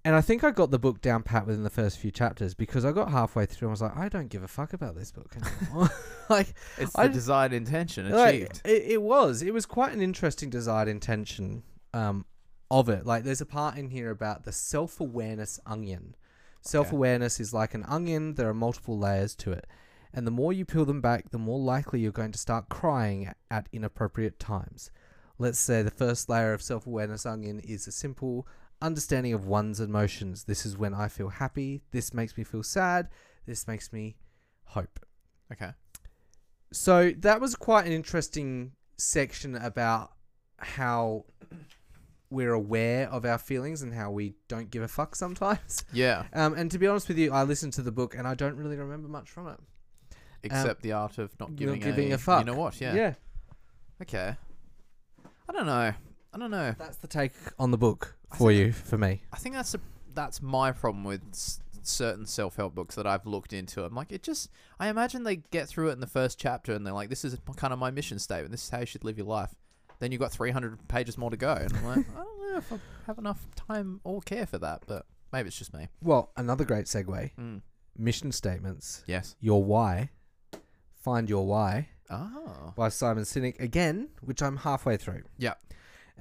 A: And I think I got the book down pat within the first few chapters because I got halfway through and I was like, I don't give a fuck about this book anymore. like,
B: It's
A: I-
B: the desired intention
A: like,
B: achieved.
A: it, it was. It was quite an interesting desired intention um, of it. Like, there's a part in here about the self awareness onion. Self awareness is like an onion, there are multiple layers to it. And the more you peel them back, the more likely you're going to start crying at inappropriate times. Let's say the first layer of self awareness onion is a simple understanding of one's emotions. This is when I feel happy. This makes me feel sad. This makes me hope.
B: okay.
A: So that was quite an interesting section about how we're aware of our feelings and how we don't give a fuck sometimes.
B: Yeah.
A: Um, and to be honest with you, I listened to the book and I don't really remember much from it.
B: Except the art of not
A: not
B: giving,
A: giving
B: a,
A: a fuck.
B: You know what? Yeah. Okay. I don't know. I don't know.
A: that's the take on the book for you, for me.
B: I think that's a, that's my problem with s- certain self-help books that I've looked into. I'm like, it just. I imagine they get through it in the first chapter, and they're like, "This is kind of my mission statement. This is how you should live your life." Then you've got 300 pages more to go, and I'm like, I don't know if I have enough time or care for that, but maybe it's just me.
A: Well, another great segue
B: Mm.
A: mission statements.
B: Yes.
A: Your why. Find your why.
B: Oh.
A: by Simon Sinek again, which I'm halfway through.
B: Yeah.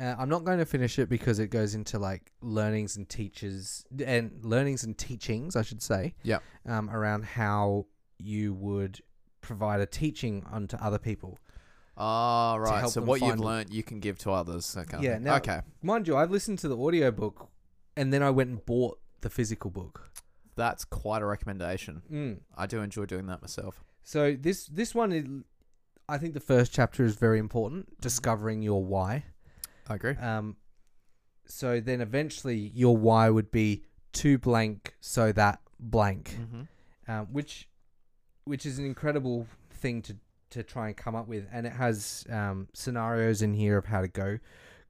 A: Uh, I'm not going to finish it because it goes into like learnings and teachers and learnings and teachings, I should say.
B: Yeah.
A: Um, around how you would provide a teaching onto other people.
B: Ah, right.
A: help
B: So
A: them
B: what you've
A: find-
B: learnt, you can give to others. That kind of
A: Yeah,
B: thing.
A: now-
B: okay.
A: Mind you, I've listened to the audiobook and then I went and bought the physical book.
B: That's quite a recommendation.
A: Mm.
B: I do enjoy doing that myself.
A: So this this one, is, I think the first chapter is very important, discovering your why.
B: I agree.
A: Um, so then eventually your why would be to blank so that blank,
B: Mm-hmm.
A: um, which which is an incredible thing to to try and come up with, and it has um, scenarios in here of how to go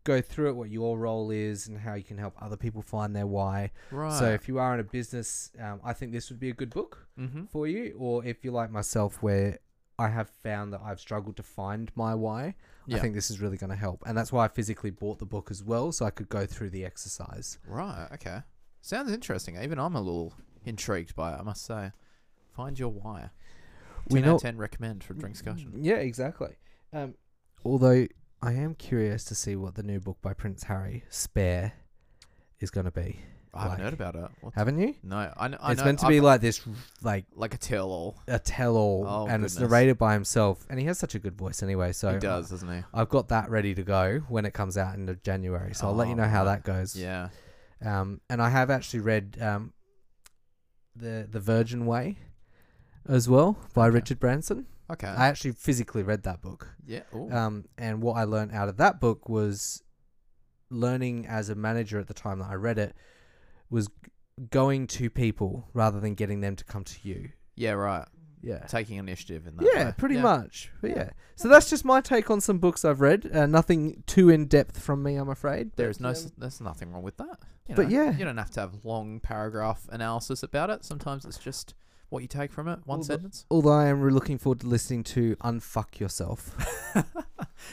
A: go through it, what your role is, and how you can help other people find their why.
B: Right.
A: So if you are in a business, um, I think this would be a good book
B: mm-hmm.
A: for you, or if you're like myself, where I have found that I've struggled to find my why.
B: Yeah.
A: I think this is really going to help. And that's why I physically bought the book as well, so I could go through the exercise.
B: Right. Okay. Sounds interesting. Even I'm a little intrigued by it. I must say. Find your why.
A: We
B: Ten out
A: know-
B: of ten recommend for drink discussion.
A: Mm, Yeah, exactly. Um, Although I am curious to see what the new book by Prince Harry, Spare, is going to be.
B: I haven't
A: Like-
B: heard about it. What's
A: Haven't you?
B: No, I, kn- I
A: it's
B: know.
A: meant to
B: I've-
A: be like this, like
B: like a tell-all.
A: a tell-all,
B: Oh,
A: and it's
B: goodness.
A: narrated by himself. And he has such a good voice anyway. So
B: he does, doesn't he?
A: I've got that ready to go when it comes out in January. So I'll let you know how
B: Alright.
A: that goes.
B: Oh, Yeah.
A: Um, and I have actually read um, the the Virgin Way as well by
B: Okay.
A: Richard Branson.
B: Okay.
A: I actually physically read that book.
B: yeah. ooh,
A: Um, and what I learned out of that book was learning as a manager at the time that I read it was g- going to people rather than getting them to come to you.
B: yeah. Right.
A: Yeah.
B: Taking initiative in that.
A: Yeah,
B: way.
A: pretty
B: Yeah.
A: much. But yeah. So that's just my take on some books I've read. Uh, nothing too in depth from me, I'm afraid.
B: There is no.
A: um,
B: s there's nothing wrong with that. You
A: But
B: know,
A: yeah.
B: you don't have to have long paragraph analysis about it. Sometimes it's just what you take from it.
A: Well,
B: One
A: the-
B: sentence.
A: Although I am looking forward to listening to Unfuck Yourself.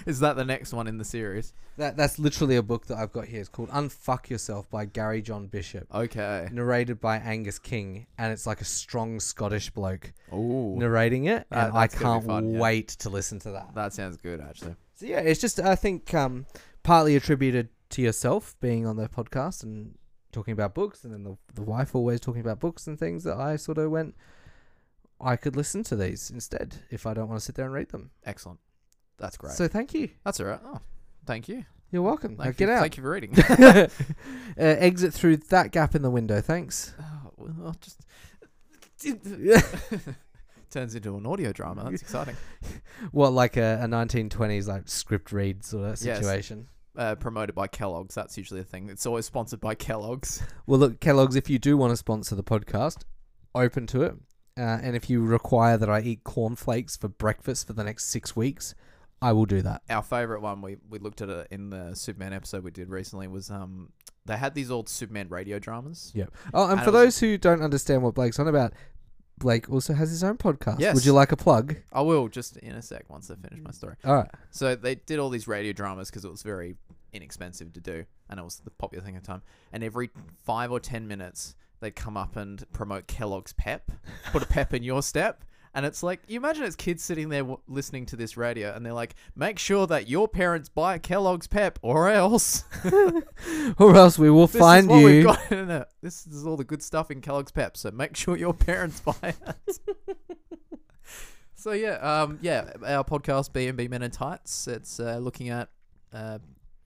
B: Is that the next one in the series?
A: That that's literally a book that I've got here. It's called Unfuck Yourself by Gary John Bishop,
B: Okay.
A: narrated by Angus King, and it's like a strong Scottish bloke
B: Oh.
A: narrating it,
B: That-
A: and I
B: that's gonna
A: can't
B: be fun, yeah.
A: wait to listen to that.
B: That sounds good, actually.
A: So yeah, it's just I think um, partly attributed to yourself being on the podcast and talking about books, and then the the wife always talking about books and things that I sort of went, I could listen to these instead if I don't want to sit there and read them.
B: Excellent. That's great.
A: So thank you.
B: That's all right. Oh, thank you.
A: You're welcome. Now
B: Thank
A: get
B: you.
A: out.
B: Thank you for reading.
A: uh, exit through that gap in the window. Thanks.
B: oh, well, I'll just turns into an audio drama. That's exciting.
A: What, like a, a 1920s like script read sort of
B: Yes.
A: situation?
B: Uh, promoted by Kellogg's. That's usually the thing. It's always sponsored by Kellogg's.
A: Well, look, Kellogg's, if you do want to sponsor the podcast, open to it. Uh, and if you require that I eat cornflakes for breakfast for the next six weeks, I will do that.
B: Our favorite one. We we looked at it in the Superman episode we did recently. Was um they had these old Superman radio dramas.
A: Yep. Oh, and
B: And
A: for
B: it was-
A: those who don't understand what Blake's on about, Blake also has his own podcast.
B: Yes.
A: Would you like a plug?
B: I will just in a sec once I finish my story.
A: All right.
B: So they did all these radio dramas because it was very inexpensive to do, and it was the popular thing at the time. And every five or ten minutes, they come up and promote Kellogg's Pep, put a pep in your step. And it's like, you imagine it's kids sitting there w- listening to this radio and they're like, make sure that your parents buy Kellogg's Pep or else.
A: Or else we will
B: This
A: find
B: is what
A: you.
B: We've got in it. This is all the good stuff in Kellogg's Pep, so make sure your parents buy it. so yeah, um, yeah, our podcast B and B Men in Tights. It's uh, looking at uh,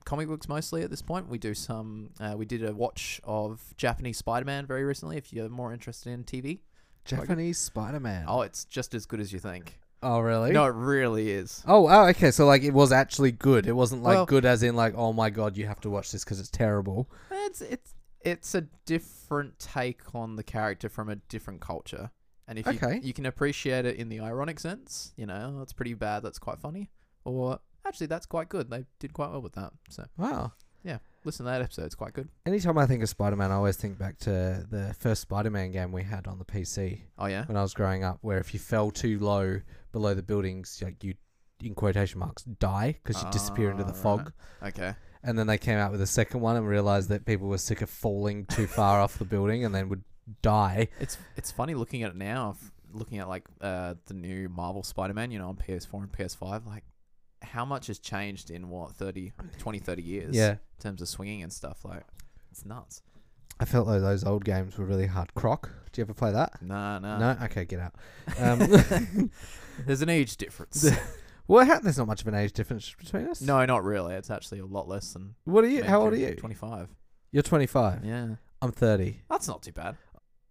B: comic books mostly at this point. We do some. Uh, we did a watch of Japanese Spider Man very recently. If you're more interested in TV,
A: Japanese Spider Man.
B: oh, it's just as good as you think.
A: Oh, really?
B: No, it really is.
A: Oh, oh, okay. So like, it was actually good. It wasn't like
B: Well-
A: good as in like, oh my god, you have to watch this because it's terrible.
B: It's it's it's a different take on the character from a different culture, and if
A: Okay.
B: you, you can appreciate it in the ironic sense, you know "Oh, that's pretty bad, that's quite funny, or actually that's quite good. They did quite well with that. So
A: Wow.
B: listen to that episode; it's quite good.
A: Anytime I think of Spider Man, I always think back to the first Spider Man game we had on the PC
B: Oh yeah,
A: when I was growing up, where if you fell too low below the buildings, like you, in quotation marks, die because you disappear into the
B: Ah, right.
A: fog.
B: okay.
A: And then they came out with a second one and realized that people were sick of falling too far off the building and then would die.
B: It's it's funny looking at it now, f- looking at like uh, the new Marvel Spider-Man, you know, on PS4 and PS5, like how much has changed in what 30, 20, 30 years
A: Yeah.
B: in terms of swinging and stuff. Like it's nuts.
A: I felt like those old games were really hard. Croc, do you ever play that?
B: Nah, nah.
A: No? Okay, get out. Um,
B: There's an age difference.
A: well, how, there's not much of an age difference between us.
B: no, not really. It's actually a lot less than.
A: What are you?
B: me
A: How old are
B: and
A: you?
B: Twenty-five.
A: You're 25.
B: Yeah,
A: I'm 30.
B: that's not too bad,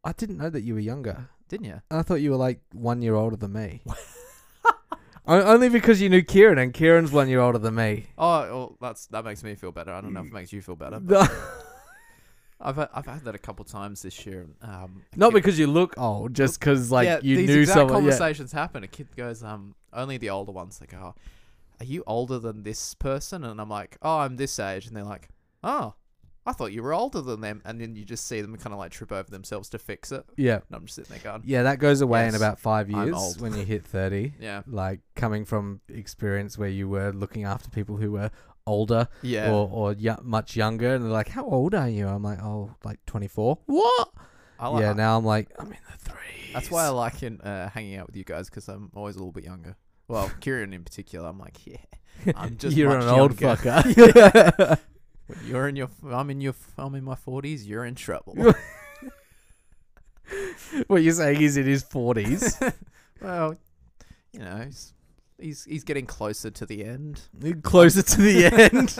A: I didn't know that you were younger.
B: didn't you?
A: I thought you were like one year older than me. O- Only because you knew Kieran, and Kieran's one year older than me.
B: Oh, well, that's that makes me feel better. I don't
A: Mm.
B: know if it makes you feel better. But I've had- I've had that a couple times this year. Um, a
A: Not
B: kid-
A: because you look old, just because like
B: yeah,
A: you
B: these
A: knew
B: exact
A: someone. Yeah.
B: Conversations happen. A kid goes, um, only the older ones. They go, oh, are you older than this person? And I'm like, oh, I'm this age. And they're like, oh, I thought you were older than them. And then you just see them kind of like trip over themselves to fix it.
A: yeah,
B: And I'm just sitting there going,
A: yeah, that goes away in
B: Yes,
A: about five
B: I'm
A: years
B: old.
A: when you hit thirty.
B: yeah,
A: Like coming from experience where you were looking after people who were older
B: yeah.
A: or or y- much younger, and they're like, "How old are you?" I'm like, "Oh, like 24." What?
B: I like,
A: yeah, now I'm like, I'm in the three.
B: That's why I like in, uh, hanging out with you guys because I'm always a little bit younger. Well, Kieran in particular, I'm like, yeah, I'm just
A: you're
B: much
A: an old
B: younger.
A: fucker.
B: When You're in your, f- I'm in your, f- I'm in my forties. You're in trouble.
A: what you're saying is in his 40s.
B: well, you know, he's, he's he's getting closer to the end,
A: Closer to the end.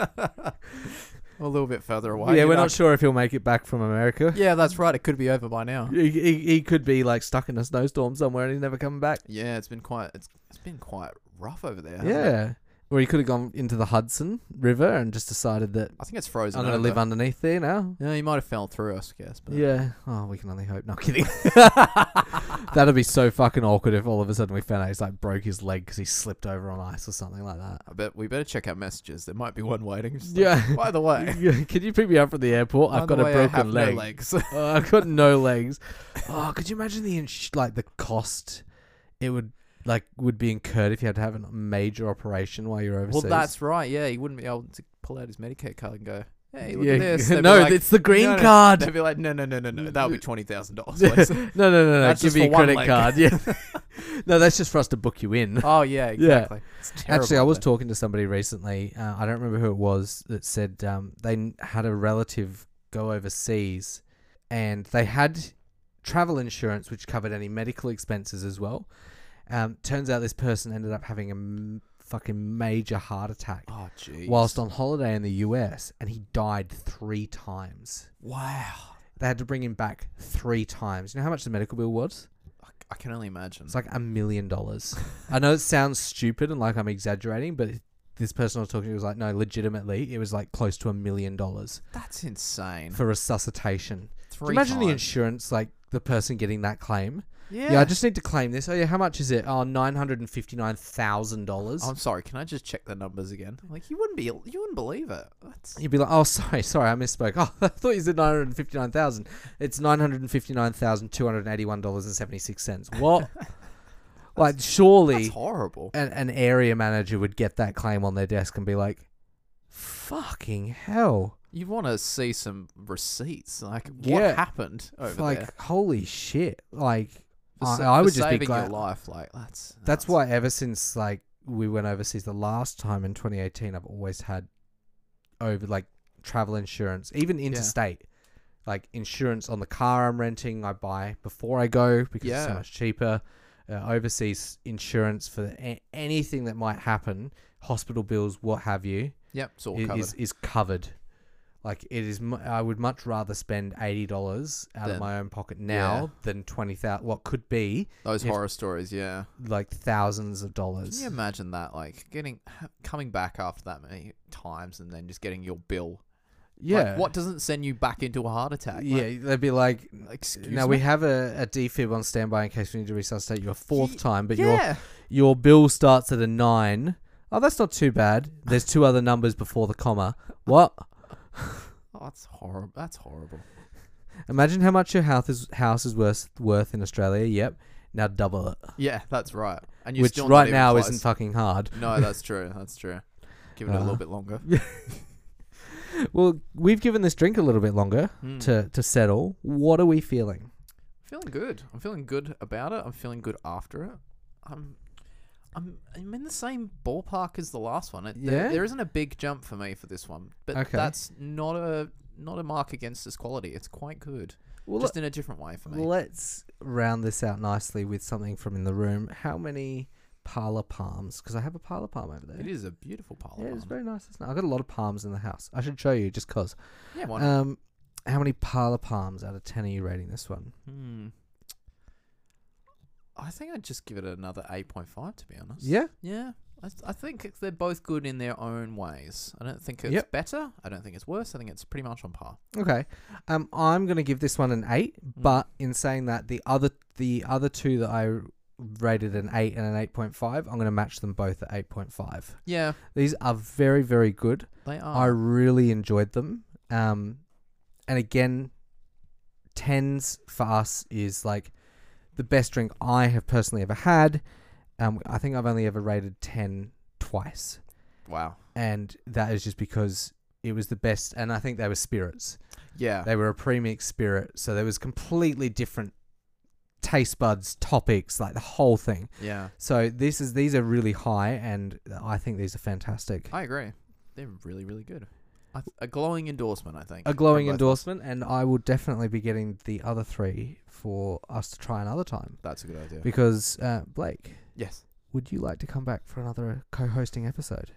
B: a little bit further away.
A: yeah,
B: you
A: we're
B: know.
A: not sure if he'll make it back from America.
B: Yeah, that's right. It could be over by now.
A: He, he, he could be like stuck in a snowstorm somewhere and he's never coming back.
B: Yeah, it's been quite, it's it's been quite rough over there. hasn't it?
A: Yeah. Or he could have gone into the Hudson River and just decided that
B: I think it's frozen.
A: I'm going to live
B: over.
A: underneath there now.
B: Yeah, you might have fell through us, I guess. But
A: Yeah. Oh, we can only hope. No kidding. That'd be so fucking awkward if all of a sudden we found out he's like broke his leg because he slipped over on ice or something like that.
B: I bet we better check our messages. There might be one waiting. Just like,
A: Yeah.
B: By the way,
A: Yeah, Can you pick me up from the airport? I've got
B: By the
A: a
B: way,
A: broken
B: I have
A: leg.
B: No legs.
A: Oh, I've got no legs. Oh, could you imagine the ins- like the cost it would like would be incurred if you had to have a major operation while you're
B: well,
A: overseas?
B: that's right. Yeah, he wouldn't be able to pull out his Medicaid card and go, "Hey, look
A: Yeah.
B: at this." They'd be
A: no,
B: like,
A: it's the green
B: no, no.
A: card.
B: They'd be like, "No, no, no, no, no. That would be twenty thousand dollars."
A: No, no, no, no.
B: That's
A: Give
B: just
A: me
B: for
A: your
B: one
A: credit
B: leg.
A: card. Yeah. no, that's just for us to book you in.
B: Oh yeah, exactly. It's terrible,
A: Actually, I was
B: though.
A: talking to somebody recently. Uh, I don't remember who it was that said um, they n- had a relative go overseas, and they had travel insurance which covered any medical expenses as well. Um, turns out this person ended up having a m- fucking major heart attack
B: Oh jeez.
A: whilst on holiday in the US, and he died three times.
B: wow,
A: They had to bring him back three times. You know how much the medical bill was?
B: I, I can only imagine.
A: It's like a million dollars. I know it sounds stupid and like I'm exaggerating, but this person I was talking to was like, no, legitimately, it was like close to a million dollars
B: That's insane.
A: for resuscitation. Do you
B: Three.
A: imagine the
B: times.
A: insurance, like the person getting that claim.
B: Yeah.
A: Yeah. I just need to claim this. Oh yeah, how much is it? Oh, nine hundred and fifty nine thousand dollars.
B: I'm sorry. Can I just check the numbers again? Like you wouldn't be, you wouldn't believe it. That's
A: You'd be like, oh, sorry, sorry, I misspoke. Oh, I thought you said nine hundred fifty nine thousand. It's nine hundred fifty nine thousand two hundred eighty one dollars and seventy six cents. What? like, surely
B: that's horrible.
A: an, an area manager would get that claim on their desk and be like, Fucking hell.
B: You want to see some receipts, like what
A: Yeah.
B: happened over
A: like,
B: there?
A: holy shit. Like,
B: For
A: I,
B: sa-
A: I
B: for
A: would just be
B: saving
A: glad.
B: your life. Like that's uh,
A: That's why ever since like we went overseas the last time in 2018, I've always had over like travel insurance, even interstate, like insurance on the car I'm renting. I buy before I go because it's so
B: Yeah.
A: much cheaper. Uh, overseas insurance for a- anything that might happen, hospital bills, what have you,
B: Yep, it's all
A: i-
B: covered.
A: is is covered. Like it is, mu- I would much rather spend eighty dollars out of
B: Than-
A: my own pocket now
B: Yeah.
A: than twenty thousand. What could be
B: Those
A: if-
B: horror stories, yeah.
A: like thousands of dollars.
B: Can you imagine that? Like getting coming back after that many times, and then just getting your bill.
A: Yeah.
B: Like, what doesn't send you back into a heart attack? Like,
A: yeah, they'd be like,
B: Excuse
A: now we have a, a defib on standby in case we need to resuscitate you a fourth
B: Ye-
A: time, but your
B: yeah.
A: your bill starts at a nine. Oh, that's not too bad. There's two other numbers before the comma. What?
B: Oh, that's horrible. That's horrible.
A: Imagine how much your house is house is worth worth in Australia. Yep. Now double it,
B: Yeah, that's right. And you're
A: which
B: still
A: right
B: not
A: now
B: even
A: isn't
B: close.
A: fucking hard.
B: no, that's true. That's true. Give it a
A: Uh,
B: little bit longer.
A: Well, we've given this drink a little bit longer
B: Hmm.
A: to to settle. What are we feeling?
B: Feeling good. I'm feeling good about it. I'm feeling good after it. I'm, I'm, I'm in the same ballpark as the last one. It,
A: Yeah?
B: there, there isn't a big jump for me for this one, but
A: Okay.
B: that's not a not a mark against this quality. It's quite good,
A: Well,
B: just in a different way for me.
A: Let's round this out nicely with something from in the room. How many parlor palms? Because I have a parlor palm over there.
B: it is a beautiful
A: Yeah,
B: parlor.
A: it's very nice. Isn't it? I've got a lot of palms in the house. I should show you just cause.
B: yeah one.
A: Um, how many parlor palms out of ten are you rating this one?
B: hmm. I think I'd just give it another 8.5 to be honest.
A: Yeah,
B: Yeah. I, th- I think they're both good in their own ways. I don't think it's
A: Yep.
B: better. I don't think it's worse. I think it's pretty much on par.
A: okay. Um, I'm gonna give this one an eight,
B: Hmm.
A: but in saying that, the other the other two that I rated an eight and an eight point five, I'm gonna match them both at eight point five.
B: Yeah,
A: These are very very good.
B: they are.
A: I really enjoyed them. Um, and again, tens for us is like the best drink I have personally ever had. Um, I think I've only ever rated ten twice,
B: Wow.
A: and that is just because it was the best. And I think they were spirits.
B: Yeah.
A: They were a premix spirit, so there was completely different taste buds, topics, like the whole thing.
B: yeah.
A: So this is these are really high, and I think these are fantastic.
B: I agree. They're really, really good. I th- a glowing endorsement, I think.
A: a
B: from
A: glowing
B: both of us.
A: endorsement, and I will definitely be getting the other three for us to try another time.
B: That's a good idea.
A: Because uh, Blake,
B: yes.
A: would you like to come back for another co-hosting episode?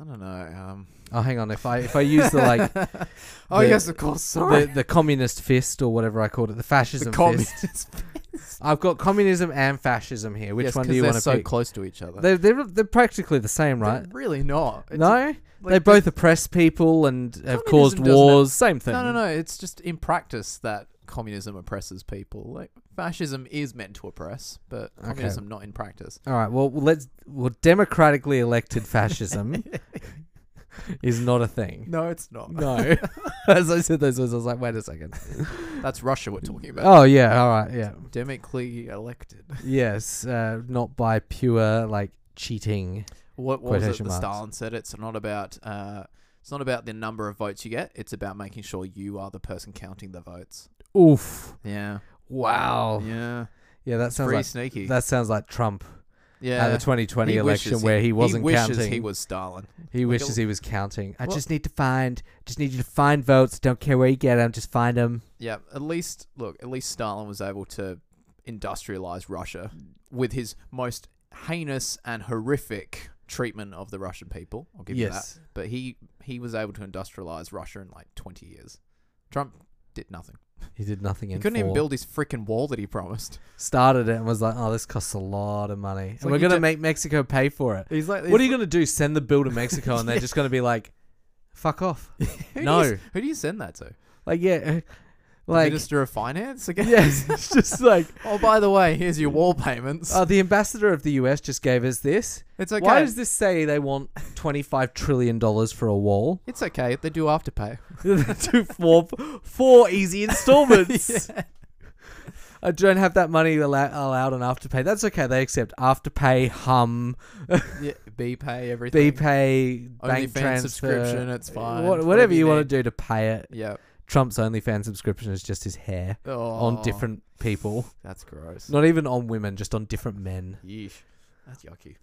B: I don't know. Um,
A: Oh, hang on. If I if I use the like
B: oh
A: the-
B: yes, of course. Sorry.
A: the, the communist fist or whatever I called it, the fascism fist.
B: communists.
A: I've got communism and fascism here. Which
B: Yes,
A: one
B: 'cause
A: do you
B: they're
A: want to
B: so
A: pick?
B: close to each other?
A: They're, they're they're practically the same,
B: They're
A: right?
B: really not. It's-
A: no,
B: like,
A: they
B: it's-
A: both oppress people and have caused
B: Communism doesn't have-
A: wars. Same thing.
B: No, no, no. It's just in practice that communism oppresses people. Like fascism is meant to oppress, but
A: Okay.
B: communism not in practice.
A: All right. Well, let's. Well, democratically elected fascism is not a thing.
B: No, it's not.
A: No. As I said those words, I was like, wait a second.
B: That's Russia we're talking about.
A: Oh yeah. All right. Yeah.
B: Democratically elected.
A: Yes. Uh, not by pure like cheating.
B: What, what was it?
A: Quotation
B: The
A: marks.
B: Stalin said it's not about uh, it's not about the number of votes you get. It's about making sure you are the person counting the votes.
A: Oof.
B: Yeah.
A: Wow. Yeah. that
B: Yeah. Pretty
A: Oh, sounds like
B: sneaky.
A: that sounds like Trump
B: yeah.
A: at the 2020
B: He
A: election
B: wishes
A: where he wasn't
B: wishes
A: counting.
B: He was Stalin.
A: He
B: Like,
A: wishes
B: it-
A: he was counting. I
B: Well-
A: just need to find. Just need you to find votes. Don't care where you get them. Just find them.
B: Yeah. At least look. At least Stalin was able to industrialize Russia with his most heinous and horrific treatment of the Russian people. I'll give you that.
A: yes.
B: But he he was able to industrialize Russia in like 20 years. Trump did nothing.
A: He did nothing.
B: He
A: in
B: couldn't even
A: four.
B: build his freaking wall that he promised.
A: Started it and was like, "Oh, this costs a lot of money, and
B: like
A: we're
B: you
A: gonna
B: don't-
A: make Mexico pay for it."
B: He's like,
A: What are you going to do? Send the bill to Mexico and they're just going to be like, fuck off.
B: who
A: no.
B: Do you, who do you send that to? The
A: Like, yeah. uh, Like,
B: Minister of Finance again?
A: yes, it's just like,
B: oh, by the way, here's your wall payments.
A: oh, the ambassador of the US just gave us this.
B: it's okay.
A: Why does this say they want $25 trillion for a wall?
B: it's okay. They do afterpay.
A: Do four, four easy installments. I don't have that money allow- allowed on Afterpay. That's okay. They accept Afterpay, Hum,
B: yeah, B pay everything.
A: BPay, bank
B: OnlyFans
A: transfer,
B: subscription, it's fine.
A: wha- whatever,
B: Whatever
A: you,
B: you
A: want
B: need.
A: to do to pay it.
B: Yeah.
A: Trump's OnlyFans subscription is just his hair on different people,
B: Oh, That's gross.
A: not even on women, just on different men.
B: Yeesh. That's yucky.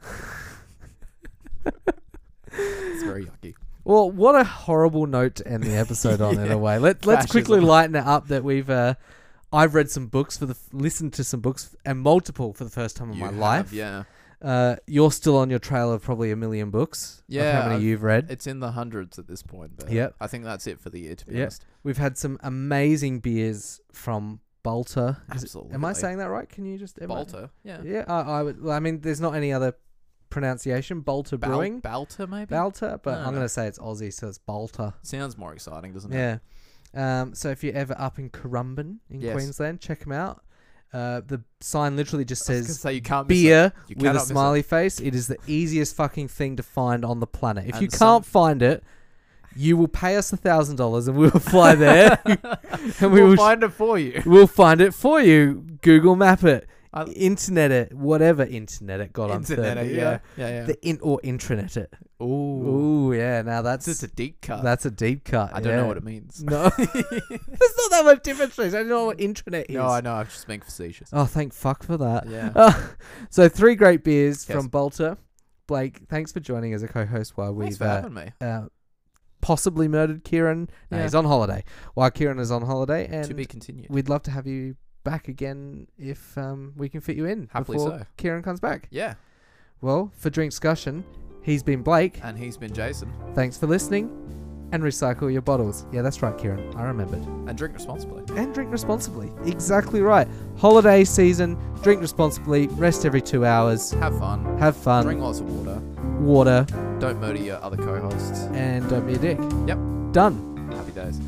B: it's very yucky.
A: Well, what a horrible note to end the episode on. In
B: Yeah.
A: a way, let let's
B: Fascism.
A: quickly lighten it up. That we've uh, I've read some books for the f- listened to some books and multiple for the first time in
B: You
A: my
B: have-
A: life.
B: Yeah.
A: Uh, you're still on your trail of probably a million books. of
B: Yeah,
A: how many
B: I've-
A: you've read?
B: It's in the hundreds at this point, but
A: Yep.
B: I think that's it for the year to be
A: Yep.
B: honest.
A: We've had some amazing beers from Balta. Is it-
B: Absolutely.
A: Am I saying that right? Can you just am I-
B: Balta? Yeah.
A: Yeah, I, I would. well, I mean, there's not any other pronunciation. Balta
B: Bal-
A: Brewing,
B: Balta maybe?
A: Balta, but
B: No,
A: I'm
B: no.
A: going to say it's Aussie, so it's Balta.
B: Sounds more exciting, doesn't it?
A: Yeah. Um, so if you're ever up in Currumbin in
B: Yes.
A: Queensland, check them out. Uh, the sign literally just
B: I was gonna
A: says
B: say you can't miss it.
A: beer
B: You
A: with
B: cannot
A: a
B: miss it.
A: smiley face. It is the easiest fucking thing to find on the planet. If you
B: And
A: can't find it, you will pay us a thousand dollars and we will fly there and we
B: we'll
A: will
B: find it for you.
A: we'll find it for you. Google Map it,
B: I-
A: internet it, whatever internet it. God,
B: Internet,
A: I'm
B: yeah.
A: thirty,
B: Yeah, yeah.
A: the in or intranet it.
B: Ooh.
A: Ooh, yeah. Now
B: It's
A: that's
B: just a deep cut.
A: that's a deep cut.
B: I don't
A: yeah. Mm,
B: know what it means.
A: No, there's not that much difference. I don't know what intranet is.
B: No, I know. I'm just being facetious.
A: Oh, thank fuck for that.
B: Yeah.
A: so three great beers
B: Yes.
A: from Bolter. Blake, thanks for joining as a co-host while
B: Thanks
A: we've
B: for
A: uh,
B: having me.
A: uh, possibly murdered Kieran. No,
B: Yeah.
A: he's on holiday. While Kieran is on holiday,
B: to
A: and
B: be continued.
A: we'd love to have you back again if um, we can fit you in
B: Happily
A: before
B: so.
A: Kieran comes back.
B: Yeah.
A: Well, for drink discussion, he's been Blake.
B: And he's been Jason.
A: Thanks for listening, and recycle your bottles. Yeah, that's right, Kieran. I remembered.
B: And drink responsibly.
A: and drink responsibly. Exactly right. Holiday season, drink responsibly, rest every two hours,
B: Have fun.
A: have fun,
B: Drink lots of water.
A: water,
B: Don't murder your other co hosts.
A: and don't be a dick.
B: Yep.
A: Done.
B: Happy days.